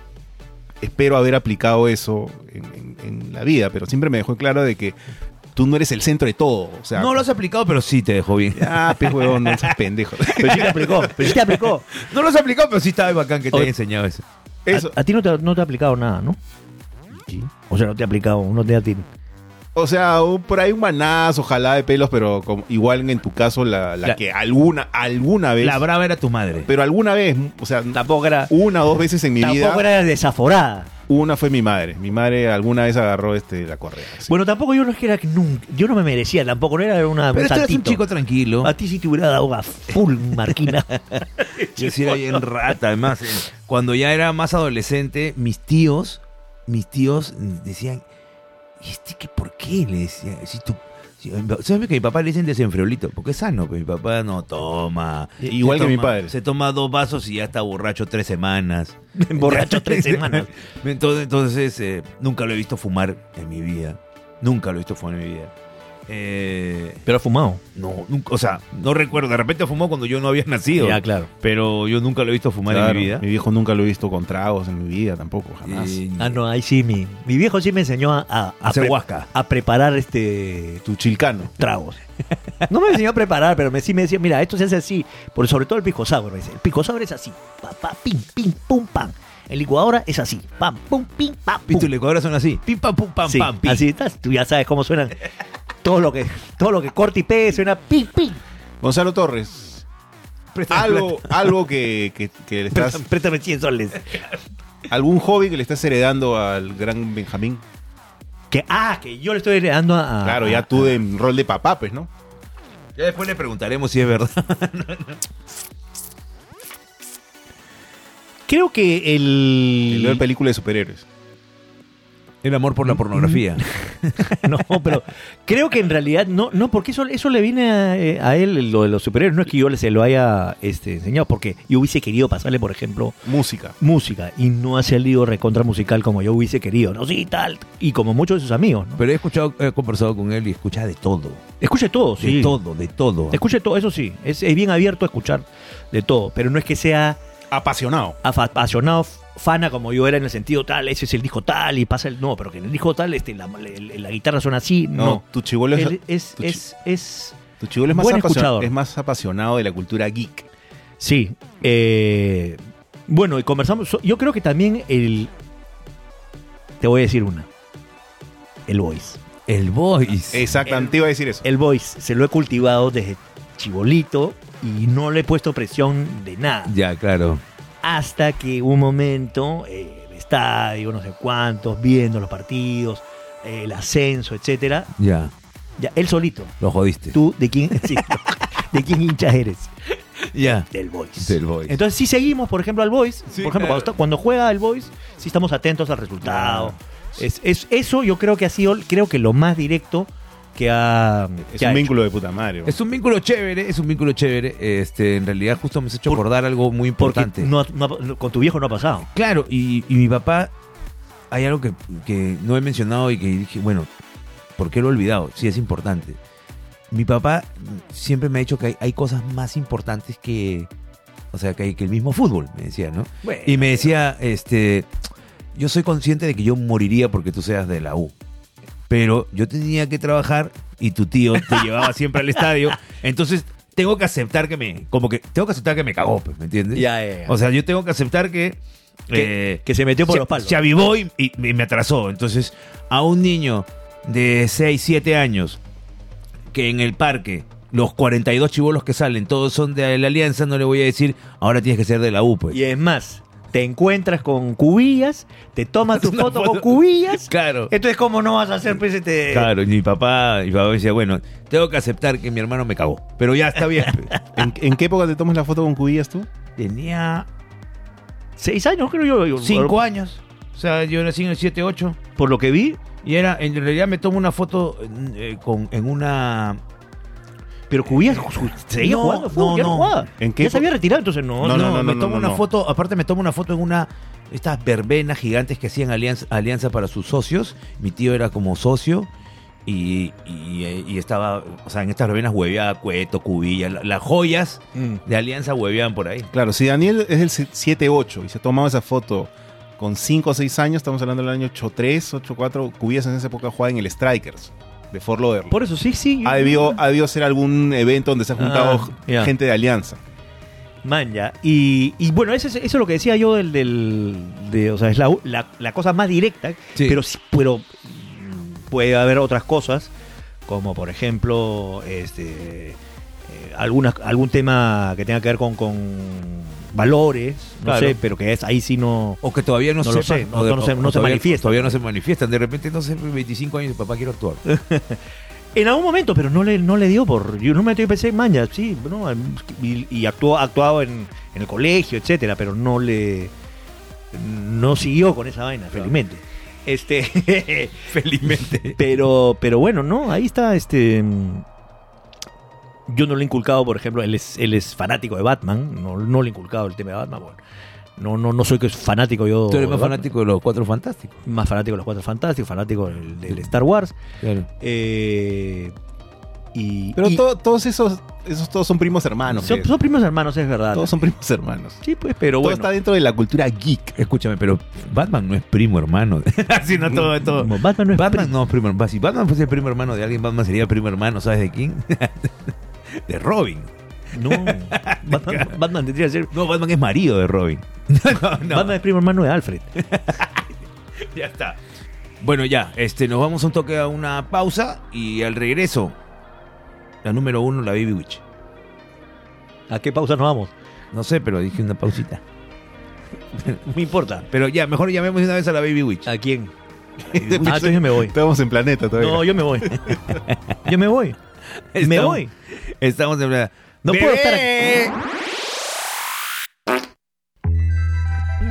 Speaker 3: espero haber aplicado eso en, en- en la vida, pero siempre me dejó claro de que tú no eres el centro de todo. O sea,
Speaker 2: No lo has aplicado, pero sí te dejó bien.
Speaker 3: Ah, pe huevón, no seas pendejo.
Speaker 1: Pero sí te aplicó, pero sí te aplicó.
Speaker 2: No lo has aplicado, pero sí estaba bacán que te
Speaker 1: Oye.
Speaker 2: haya enseñado eso.
Speaker 3: Eso,
Speaker 1: A, a ti no te, no te ha aplicado nada, ¿no? O sea, no te ha aplicado, no te ha ti-
Speaker 3: o sea, un- por ahí un manazo, ojalá de pelos, pero como- igual en tu caso la, la
Speaker 2: La-
Speaker 3: que alguna, alguna vez,
Speaker 2: La brava era tu madre.
Speaker 3: pero alguna vez, o sea,
Speaker 1: Tampoco era.
Speaker 3: una o dos veces en mi vida,
Speaker 1: Tampoco era desaforada.
Speaker 3: una fue mi madre. Mi madre alguna vez agarró este la correa. así.
Speaker 1: Bueno, tampoco yo no es que era que nunca. Yo no me merecía, tampoco no era una.
Speaker 2: Pero tú eras un
Speaker 1: santito.
Speaker 2: chico tranquilo.
Speaker 1: A ti sí te hubiera dado a full marquina.
Speaker 2: Yo sí era bien rata, además. eh, Cuando ya era más adolescente, mis tíos, mis tíos decían, "¿Y este qué por qué? Le decía, si tú... si- ¿Sabes que a mi papá le dicen desenfriolito? Porque es sano, pues mi papá no toma.
Speaker 3: Igual
Speaker 2: Se
Speaker 3: que mi
Speaker 2: toma-
Speaker 3: padre.
Speaker 2: Se toma dos vasos y ya está borracho tres semanas.
Speaker 1: Borracho tres semanas.
Speaker 2: Entonces, entonces eh, nunca lo he visto fumar en mi vida. Nunca lo he visto fumar en mi vida. Eh,
Speaker 1: Pero ha fumado.
Speaker 2: no, nunca, o sea, no recuerdo. De repente fumó cuando yo no había nacido.
Speaker 1: Ya, claro.
Speaker 2: Pero yo nunca lo he visto fumar
Speaker 3: Claro,
Speaker 2: en mi vida.
Speaker 3: viejo nunca lo he visto con tragos en mi vida tampoco, jamás.
Speaker 2: Eh,
Speaker 1: Ah, no, ahí sí, mi, mi viejo sí me enseñó a, a, a
Speaker 2: Hacer
Speaker 1: pre-
Speaker 2: huasca.
Speaker 1: a preparar este
Speaker 3: Tu chilcano.
Speaker 1: tragos. No me enseñó a preparar, pero me, sí me decía, mira, esto se hace así, por sobre todo el pisco sour, me dice, el pisco sour es así, pa, pa, pim, pim, pum, pam. El licuadora es así, pam, pum, pim, pam, pum.
Speaker 2: ¿Viste? Tus licuadoras son así. Pim, pam, pum, pam,
Speaker 1: Sí,
Speaker 2: pam, pim.
Speaker 1: así estás, tú ya sabes cómo suenan. Todo lo que, todo lo que corta y pega suena pim, pim.
Speaker 3: Gonzalo Torres.
Speaker 2: Préstame
Speaker 3: Algo, algo que, que- que le estás.
Speaker 1: Préstame- Préstame 100 soles.
Speaker 3: ¿Algún hobby que le estás heredando al gran Benjamín?
Speaker 1: Que, ah, que yo le estoy heredando a... a-
Speaker 3: Claro, ya tú de rol de papá, pues, ¿no?
Speaker 2: Ya después le preguntaremos si es verdad.
Speaker 1: Creo que
Speaker 3: Y
Speaker 1: el...
Speaker 3: luego película de superhéroes.
Speaker 2: El amor por la pornografía.
Speaker 1: No, pero creo que en realidad no, no, porque eso, eso le viene a, eh, a él, lo de los superiores. No es que yo le- se lo haya este, enseñado, porque yo hubiese querido pasarle, por ejemplo,
Speaker 3: Música.
Speaker 1: música y no ha salido recontra musical como yo hubiese querido. No, sí, tal. Y como muchos de sus amigos, ¿no?
Speaker 2: Pero he escuchado, he conversado con él y escucha de todo.
Speaker 1: Escuche todo, sí.
Speaker 2: De todo, de todo.
Speaker 1: Escuche todo, eso sí. Es, es bien abierto a escuchar de todo, pero no es que sea
Speaker 3: Apasionado.
Speaker 1: afa- apasionado f- fana como yo era en el sentido tal, ese es el disco tal y pasa el no, pero que en el disco tal este, la, la- la guitarra suena así,
Speaker 3: No,
Speaker 1: no.
Speaker 3: tu chivolo es,
Speaker 1: Él es,
Speaker 3: tu chi-
Speaker 1: es, es
Speaker 3: tu chibolo es más
Speaker 1: buen
Speaker 3: apasio-
Speaker 1: escuchador.
Speaker 3: es más apasionado de la cultura geek.
Speaker 1: Sí. eh, bueno, y conversamos. so- Yo creo que también el. Te voy a decir una. El voice.
Speaker 2: El voice.
Speaker 3: Exactamente, te iba a decir eso.
Speaker 1: El voice se lo he cultivado desde chibolito y no le he puesto presión de nada.
Speaker 2: Ya, claro.
Speaker 1: Hasta que un momento, eh, el estadio, no sé cuántos, viendo los partidos, eh, el ascenso, etcétera.
Speaker 2: Ya.
Speaker 1: Ya, él solito.
Speaker 2: Lo jodiste.
Speaker 1: ¿Tú de quién, sí, de quién hincha eres?
Speaker 2: Ya.
Speaker 1: Del voice.
Speaker 2: Del voice.
Speaker 1: Entonces, si seguimos, por ejemplo, al Boys,
Speaker 2: Sí,
Speaker 1: por ejemplo,
Speaker 2: claro.
Speaker 1: cuando, está- cuando juega el Boys, si estamos atentos al resultado. Es, es- eso yo creo que ha sido, creo que lo más directo que ha.
Speaker 3: Es
Speaker 1: que ha
Speaker 3: un
Speaker 1: hecho.
Speaker 3: vínculo de puta madre.
Speaker 2: Es un vínculo chévere, es un vínculo chévere. Este, en realidad, justo me has hecho
Speaker 1: Por-
Speaker 2: acordar algo muy
Speaker 1: Porque
Speaker 2: importante.
Speaker 1: no ha- no ha- no- con tu viejo no ha pasado.
Speaker 2: Claro, y, y mi papá, hay algo que, que no he mencionado y que dije, bueno, ¿por qué lo he olvidado? Sí, es importante. Mi papá siempre me ha dicho que hay, hay cosas más importantes que, o sea, que, hay- que el mismo fútbol, me decía, ¿no? Y me decía, este, yo soy consciente de que yo moriría porque tú seas de la U, pero yo tenía que trabajar y tu tío te llevaba siempre al estadio, entonces tengo que aceptar que me, como que, tengo que aceptar que me cagó, pues, ¿me entiendes? O sea, yo tengo que aceptar que...
Speaker 1: Que-
Speaker 2: eh,
Speaker 1: que se metió por
Speaker 2: se,
Speaker 1: los palos.
Speaker 2: se avivó y, y me me atrasó. Entonces, a un niño de 6, 7 años que en el parque los 42 chivolos que salen, todos son de la Alianza, no le voy a decir, ahora tienes que ser de la U, pues.
Speaker 1: Y es más, te encuentras con cubillas, te tomas tu
Speaker 2: Una
Speaker 1: foto con
Speaker 2: foto.
Speaker 1: cubillas.
Speaker 2: Claro.
Speaker 1: Entonces, ¿cómo no vas a hacer pues, este-
Speaker 2: Claro, y mi papá, mi papá decía, bueno, tengo que aceptar que mi hermano me cagó. Pero ya está bien. pues.
Speaker 1: ah.
Speaker 3: ¿En, en qué época te tomas la foto con cubillas tú?
Speaker 2: Tenía
Speaker 1: Seis años, creo yo. yo-
Speaker 2: 5 años. O sea, yo nací en el 7, 8.
Speaker 1: Pues, Por lo que vi,
Speaker 2: mm, Y era, en realidad me tomo una foto en- eh, con, en una
Speaker 1: Pero Cubilla ju- ju- seguía
Speaker 2: No,
Speaker 1: jugando fútbol,
Speaker 2: no,
Speaker 1: ya no,
Speaker 2: no.
Speaker 1: jugaba.
Speaker 3: ¿En qué
Speaker 1: ya se
Speaker 3: po-
Speaker 1: había retirado, entonces no.
Speaker 3: No,
Speaker 2: No,
Speaker 1: no.
Speaker 2: no,
Speaker 3: no,
Speaker 2: me
Speaker 3: no,
Speaker 2: tomo
Speaker 3: no,
Speaker 2: una
Speaker 3: no.
Speaker 2: foto, aparte me tomo una foto en una estas verbenas gigantes que hacían alianza, alianza para sus socios. Mi tío era como socio y, y, eh, y estaba, o sea, en estas verbenas hueveaba Cueto, Cubilla, la- las joyas
Speaker 1: Mm.
Speaker 2: de alianza hueveaban por ahí.
Speaker 3: Claro, si Daniel es el 7-8 y se ha tomado esa foto con 5 o 6 años, estamos hablando del año 8-3, 8-4, Cubillas en esa época jugaba en el Strikers de Fort Lauderdale.
Speaker 1: Por eso sí, sí.
Speaker 3: Ha debido, ha debido ser algún evento donde se ha juntado
Speaker 1: Ah, ya.
Speaker 3: gente de Alianza.
Speaker 1: Man, ya. Y, y bueno, eso es, eso es lo que decía yo del. del de, o sea, es la, la- la cosa más directa.
Speaker 2: Sí.
Speaker 1: Pero, sí- pero mm, puede haber otras cosas, como por ejemplo, este. eh, alguna- algún tema que tenga que ver con, con valores, no
Speaker 2: Claro.
Speaker 1: sé, pero que es ahí sí no.
Speaker 2: O que todavía no,
Speaker 1: No lo
Speaker 2: sepan,
Speaker 1: sé,
Speaker 2: o
Speaker 1: no- no se-
Speaker 2: o
Speaker 1: no se
Speaker 2: todavía-
Speaker 1: manifiestan.
Speaker 2: Todavía no se manifiestan. De repente, no sé, 25 años, papá, quiero actuar.
Speaker 1: En algún momento, pero no le, no le dio por. Yo no me yo pensé, man, ya, sí, no, em, y, y actuó, actuaba en, en el colegio, etcétera, pero no le. No siguió con esa vaina, felizmente. Este.
Speaker 2: Felizmente.
Speaker 1: Pero, pero bueno, no, ahí está este. mm, Yo no le he inculcado, por ejemplo, él es, él es fanático de Batman, no, no le he inculcado el tema de Batman. bueno. no, no, no soy que es fanático yo.
Speaker 2: Tú eres más
Speaker 1: de Batman.
Speaker 2: fanático de los cuatro fantásticos.
Speaker 1: Más fanático de los Cuatro Fantásticos, fanático del, del Star Wars.
Speaker 2: Claro.
Speaker 1: eh, y,
Speaker 3: Pero
Speaker 1: y- eh,
Speaker 3: to- todos esos, esos todos son primos hermanos.
Speaker 1: son,
Speaker 3: pues.
Speaker 1: son primos hermanos, es verdad.
Speaker 3: todos son primos hermanos.
Speaker 1: sí, pues, pero
Speaker 3: Todo
Speaker 1: bueno.
Speaker 3: está dentro de la cultura geek.
Speaker 2: Escúchame, pero Batman no es primo hermano. Así no todo, todo.
Speaker 1: Como Batman Mm, no es
Speaker 2: Batman
Speaker 1: pri-
Speaker 2: no es primo hermano. Si Batman fuese el primo hermano de alguien, Batman sería primo hermano, ¿sabes de quién? de Robin.
Speaker 1: No, Batman, Batman tendría que ser.
Speaker 2: No, Batman es marido de Robin. no, no,
Speaker 1: Batman es primo hermano de Alfred.
Speaker 2: ya está. Bueno, ya, este, nos vamos un toque a una pausa y al regreso, la número uno, la Baby Witch.
Speaker 1: ¿A qué pausa nos vamos?
Speaker 2: No sé, pero dije una pausita.
Speaker 1: No me importa.
Speaker 2: Pero ya, mejor llamemos de una vez a la Baby Witch.
Speaker 1: ¿A quién? Ah, entonces yo me voy.
Speaker 3: Estamos en planeta todavía.
Speaker 1: No, yo me voy. Yo me voy. Me
Speaker 2: Estamos-
Speaker 1: voy.
Speaker 2: Estamos en verdad.
Speaker 1: No puedo estar aquí.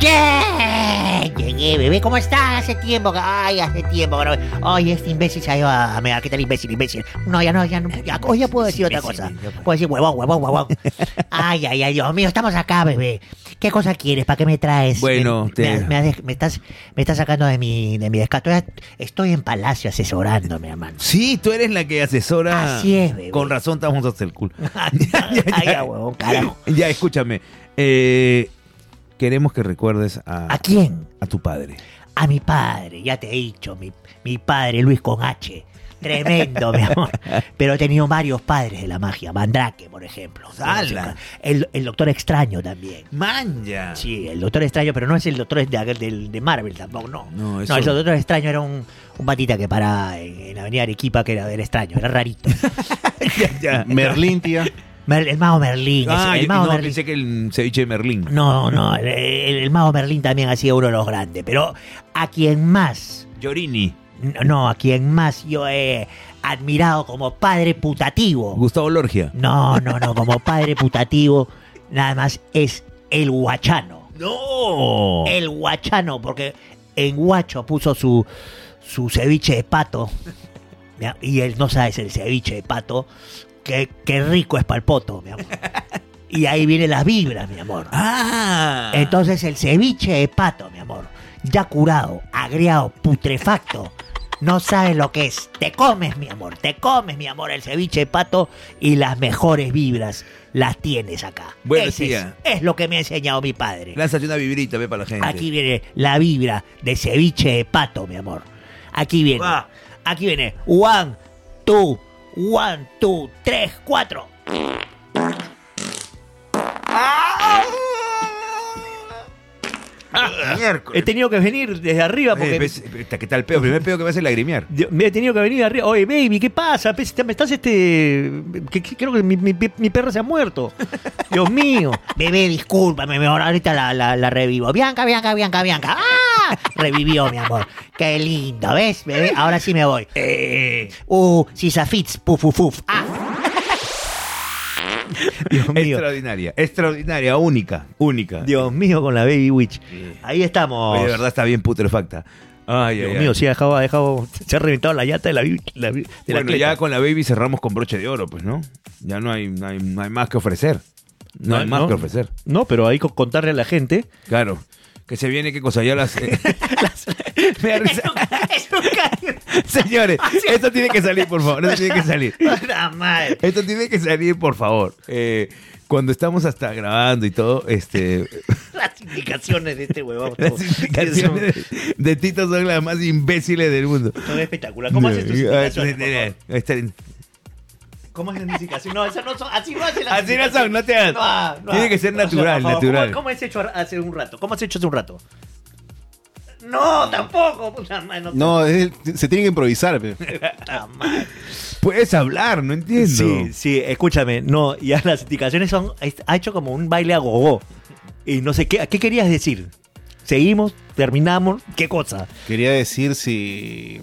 Speaker 6: ¡Yeah! Llegué, bebé, ¿cómo estás? Hace tiempo que... Ay, hace tiempo que no... ve- Ay, este imbécil se ha ido a... Mira, ¿qué tal imbécil, imbécil? No, ya no, ya no... Ya, hoy ya puedo decir otra cosa. Puedo decir huevón, huevón, huevón. Ay, ay, ay, Dios mío, estamos acá, bebé. ¿Qué cosa quieres? ¿Para qué me traes?
Speaker 2: Bueno,
Speaker 6: me,
Speaker 2: te-
Speaker 6: me- me has dej- me estás, me estás sacando de mi, de mi descanso. Estoy- Estoy en palacio asesorándome, hermano.
Speaker 2: Sí, tú eres la que asesora.
Speaker 6: Así es, bebé.
Speaker 2: Con razón estamos hasta el culo.
Speaker 6: Ay, ay, huevón, carajo.
Speaker 2: Ya, escúchame. Eh, queremos que recuerdes a,
Speaker 6: ¿A quién?
Speaker 2: a tu padre.
Speaker 6: a mi padre, ya te he dicho, mi, mi padre Luis con H. Tremendo, mi amor. Pero he tenido varios padres de la magia. Mandrake, por ejemplo.
Speaker 2: ¡Hala!
Speaker 6: El, el Doctor Extraño también.
Speaker 2: Manja.
Speaker 6: Sí, el Doctor Extraño, pero no es el Doctor de, aquel- del- de Marvel tampoco, no.
Speaker 2: No,
Speaker 6: No,
Speaker 2: eso-
Speaker 6: el Doctor Extraño era un, un patita que paraba en, en Avenida Arequipa, que era del extraño, era rarito.
Speaker 2: Ya.
Speaker 3: Merlín, tía.
Speaker 6: Mer- el mago Merlín. ese-
Speaker 2: Ah,
Speaker 6: el
Speaker 2: yo-
Speaker 6: mago
Speaker 2: no,
Speaker 6: Merlín.
Speaker 2: pensé que el ceviche de Merlín.
Speaker 6: No, no, el, el- el mago Merlín también ha sido uno de los grandes. Pero a quien más
Speaker 2: Llorini.
Speaker 6: No, a quien más yo he admirado como padre putativo.
Speaker 2: Gustavo Lorgia.
Speaker 6: No, no, no, como padre putativo, nada más es el guachano.
Speaker 2: No.
Speaker 6: El guachano, porque en guacho puso su, su ceviche de pato. ¿ya? Y él no sabe el ceviche de pato. Qué, qué rico es palpoto, mi amor. Y ahí vienen las vibras, mi amor.
Speaker 2: Ah.
Speaker 6: Entonces el ceviche de pato, mi amor, ya curado, agriado, putrefacto, no sabes lo que es. Te comes, mi amor, te comes, mi amor, el ceviche de pato y las mejores vibras las tienes acá.
Speaker 2: Bueno,
Speaker 6: Ese es,
Speaker 2: tía.
Speaker 6: es lo que me ha enseñado mi padre.
Speaker 2: Lánzate una vibrita, ve para la gente.
Speaker 6: Aquí viene la vibra de ceviche de pato, mi amor. Aquí viene.
Speaker 2: Va.
Speaker 6: Aquí viene. One, two, one, two, tres, cuatro.
Speaker 1: He
Speaker 2: Ah, Miércoles.
Speaker 1: tenido que venir desde arriba
Speaker 2: Eh,
Speaker 1: porque.
Speaker 2: ves, puta, ¿Qué tal el peo? Primer peo que me hace lagrimear.
Speaker 1: Dios, Me he tenido que venir arriba. Oye, baby, ¿qué pasa? Pe, si te- Me estás este. que- que creo que mi, mi- mi perra se ha muerto. Dios mío.
Speaker 6: Bebé, discúlpame, mi amor, ahorita la, la, la revivo. Bianca, Bianca, Bianca, Bianca. ¡Ah! Revivió, mi amor. Qué lindo, ¿ves, bebé? Ahora sí me voy. Eh. Uh, sisafits, puf, puf, puf. Ah,
Speaker 1: Dios mío.
Speaker 2: Extraordinaria, extraordinaria, única, única.
Speaker 1: Dios mío con la Baby Witch. Ahí estamos.
Speaker 2: Oye, de verdad está bien putrefacta. Ay,
Speaker 1: Dios
Speaker 2: ay,
Speaker 1: mío,
Speaker 2: ay.
Speaker 1: sí, ha dejado, ha dejado- se ha reventado la llanta de la, bi- la bi- de la
Speaker 2: Bueno,
Speaker 1: cleta.
Speaker 2: ya con la baby cerramos con broche de oro, pues, ¿no? Ya no hay, no hay, no hay más que ofrecer. No, hay más que ofrecer.
Speaker 1: No, pero hay que contarle a la gente.
Speaker 2: Claro. Que se viene, que cosa ya las... eh, Me da risa. Señores, esto tiene que salir, por favor. Esto tiene que salir.
Speaker 6: La madre.
Speaker 2: Esto tiene que salir, por favor. Eh, cuando estamos hasta grabando y todo, este,
Speaker 6: Las indicaciones de este huevón.
Speaker 2: las indicaciones de, de Tito son las más imbéciles del mundo.
Speaker 6: Son espectacular. ¿Cómo haces tus
Speaker 2: ah, eh,
Speaker 6: indicaciones? por favor?
Speaker 2: Ahí está.
Speaker 6: ¿Cómo haces las indicaciones? No, esas no son. Así no hacen las
Speaker 2: Así no son,
Speaker 6: indicaciones.
Speaker 2: no te hagas.
Speaker 6: No, no.
Speaker 2: Tiene que ser
Speaker 6: O sea,
Speaker 2: natural,
Speaker 6: por favor,
Speaker 2: natural.
Speaker 6: ¿Cómo, cómo has hecho hace un rato? ¿Cómo has hecho hace un rato? No, tampoco. Puta madre, no.
Speaker 3: No, es- se tienen que improvisar. pe.
Speaker 6: Puta madre.
Speaker 2: Puedes hablar, no entiendo.
Speaker 1: Sí, sí, escúchame. No, ya las indicaciones son. es- Ha hecho como un baile a gogó. Y no sé qué. ¿Qué querías decir? Seguimos, terminamos, ¿qué cosa?
Speaker 3: Quería decir si.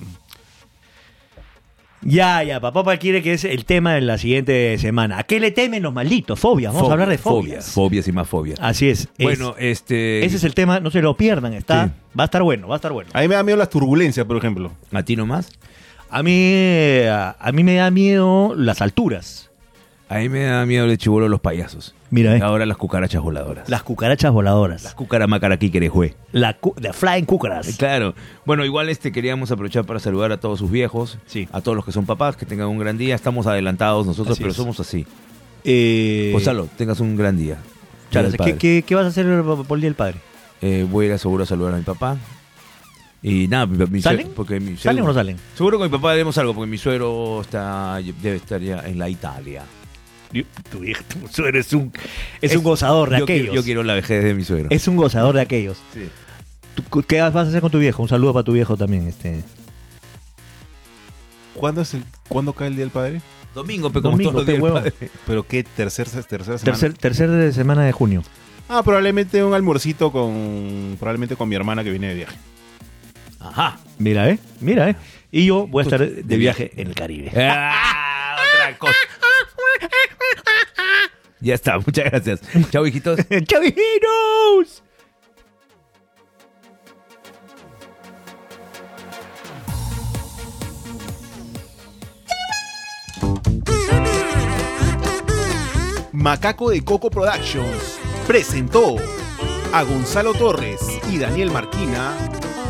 Speaker 1: Ya, ya, papá papá quiere que es el tema de la siguiente semana. ¿A qué le temen los malditos? Fobias, vamos a hablar de fobias.
Speaker 2: Fobias y más fobias.
Speaker 1: Así es. es-
Speaker 2: bueno, este.
Speaker 1: ese es el tema, no se lo pierdan, está,
Speaker 2: Sí.
Speaker 1: va a estar bueno, va a estar bueno.
Speaker 3: A mí me da miedo las turbulencias, por ejemplo.
Speaker 2: ¿A ti nomás?
Speaker 1: A mí, eh, a, a mí me da miedo las alturas.
Speaker 2: A mí me da miedo el chivolo los payasos.
Speaker 1: Mira, eh,
Speaker 2: Y ahora las cucarachas voladoras.
Speaker 1: las cucarachas voladoras,
Speaker 2: cucaramacaraquí que jue.
Speaker 1: la, cu- the flying cucaras.
Speaker 2: Eh, Claro. Bueno, igual este queríamos aprovechar para saludar a todos sus viejos,
Speaker 1: Sí.
Speaker 2: a todos los que son papás, que tengan un gran día. Estamos adelantados nosotros,
Speaker 1: Así
Speaker 2: pero
Speaker 1: es.
Speaker 2: somos así.
Speaker 1: Eh,
Speaker 2: Gonzalo, tengas un gran día. Día
Speaker 1: Charles,
Speaker 2: del
Speaker 1: ¿qué,
Speaker 2: Padre.
Speaker 1: qué, qué vas a hacer por el Día del Padre?
Speaker 2: Eh, voy a ir a seguro a saludar a mi papá. Y nada, mi- mi
Speaker 1: ¿Salen?
Speaker 2: sue- porque mi
Speaker 1: ¿Salen o
Speaker 2: seguro-
Speaker 1: no salen?
Speaker 2: Seguro que con mi papá haremos algo, porque mi suegro está, debe estar ya en la Italia.
Speaker 1: Tu hijo, tu suegro es un, es un gozador de
Speaker 2: yo,
Speaker 1: aquellos.
Speaker 2: quiero, yo quiero la vejez de mi suegro.
Speaker 1: Es un gozador de aquellos. ¿Tú ¿Qué vas a hacer con tu viejo? Un saludo para tu viejo también. Este.
Speaker 3: ¿Cuándo, es el, ¿cuándo cae el Día del Padre?
Speaker 2: Domingo, pero Pues como
Speaker 1: Domingo,
Speaker 2: todos los
Speaker 1: pe,
Speaker 2: días del
Speaker 1: huevón.
Speaker 2: padre.
Speaker 3: ¿Pero qué? ¿Tercer, tercera semana?
Speaker 1: Tercer, tercer de semana de junio.
Speaker 3: Ah, probablemente un almuercito con. Probablemente con mi hermana que viene de viaje.
Speaker 2: Ajá.
Speaker 1: Mira, ¿eh? Mira, ¿eh? Y yo voy a estar de viaje en el Caribe.
Speaker 2: Ah, otra cosa. Ya está, muchas gracias. Chao, hijitos.
Speaker 1: ¡Chavijinos!
Speaker 3: Macaco de Coco Productions presentó a Gonzalo Torres y Daniel Marquina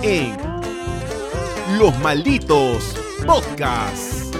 Speaker 3: en Los Malditos Podcasts.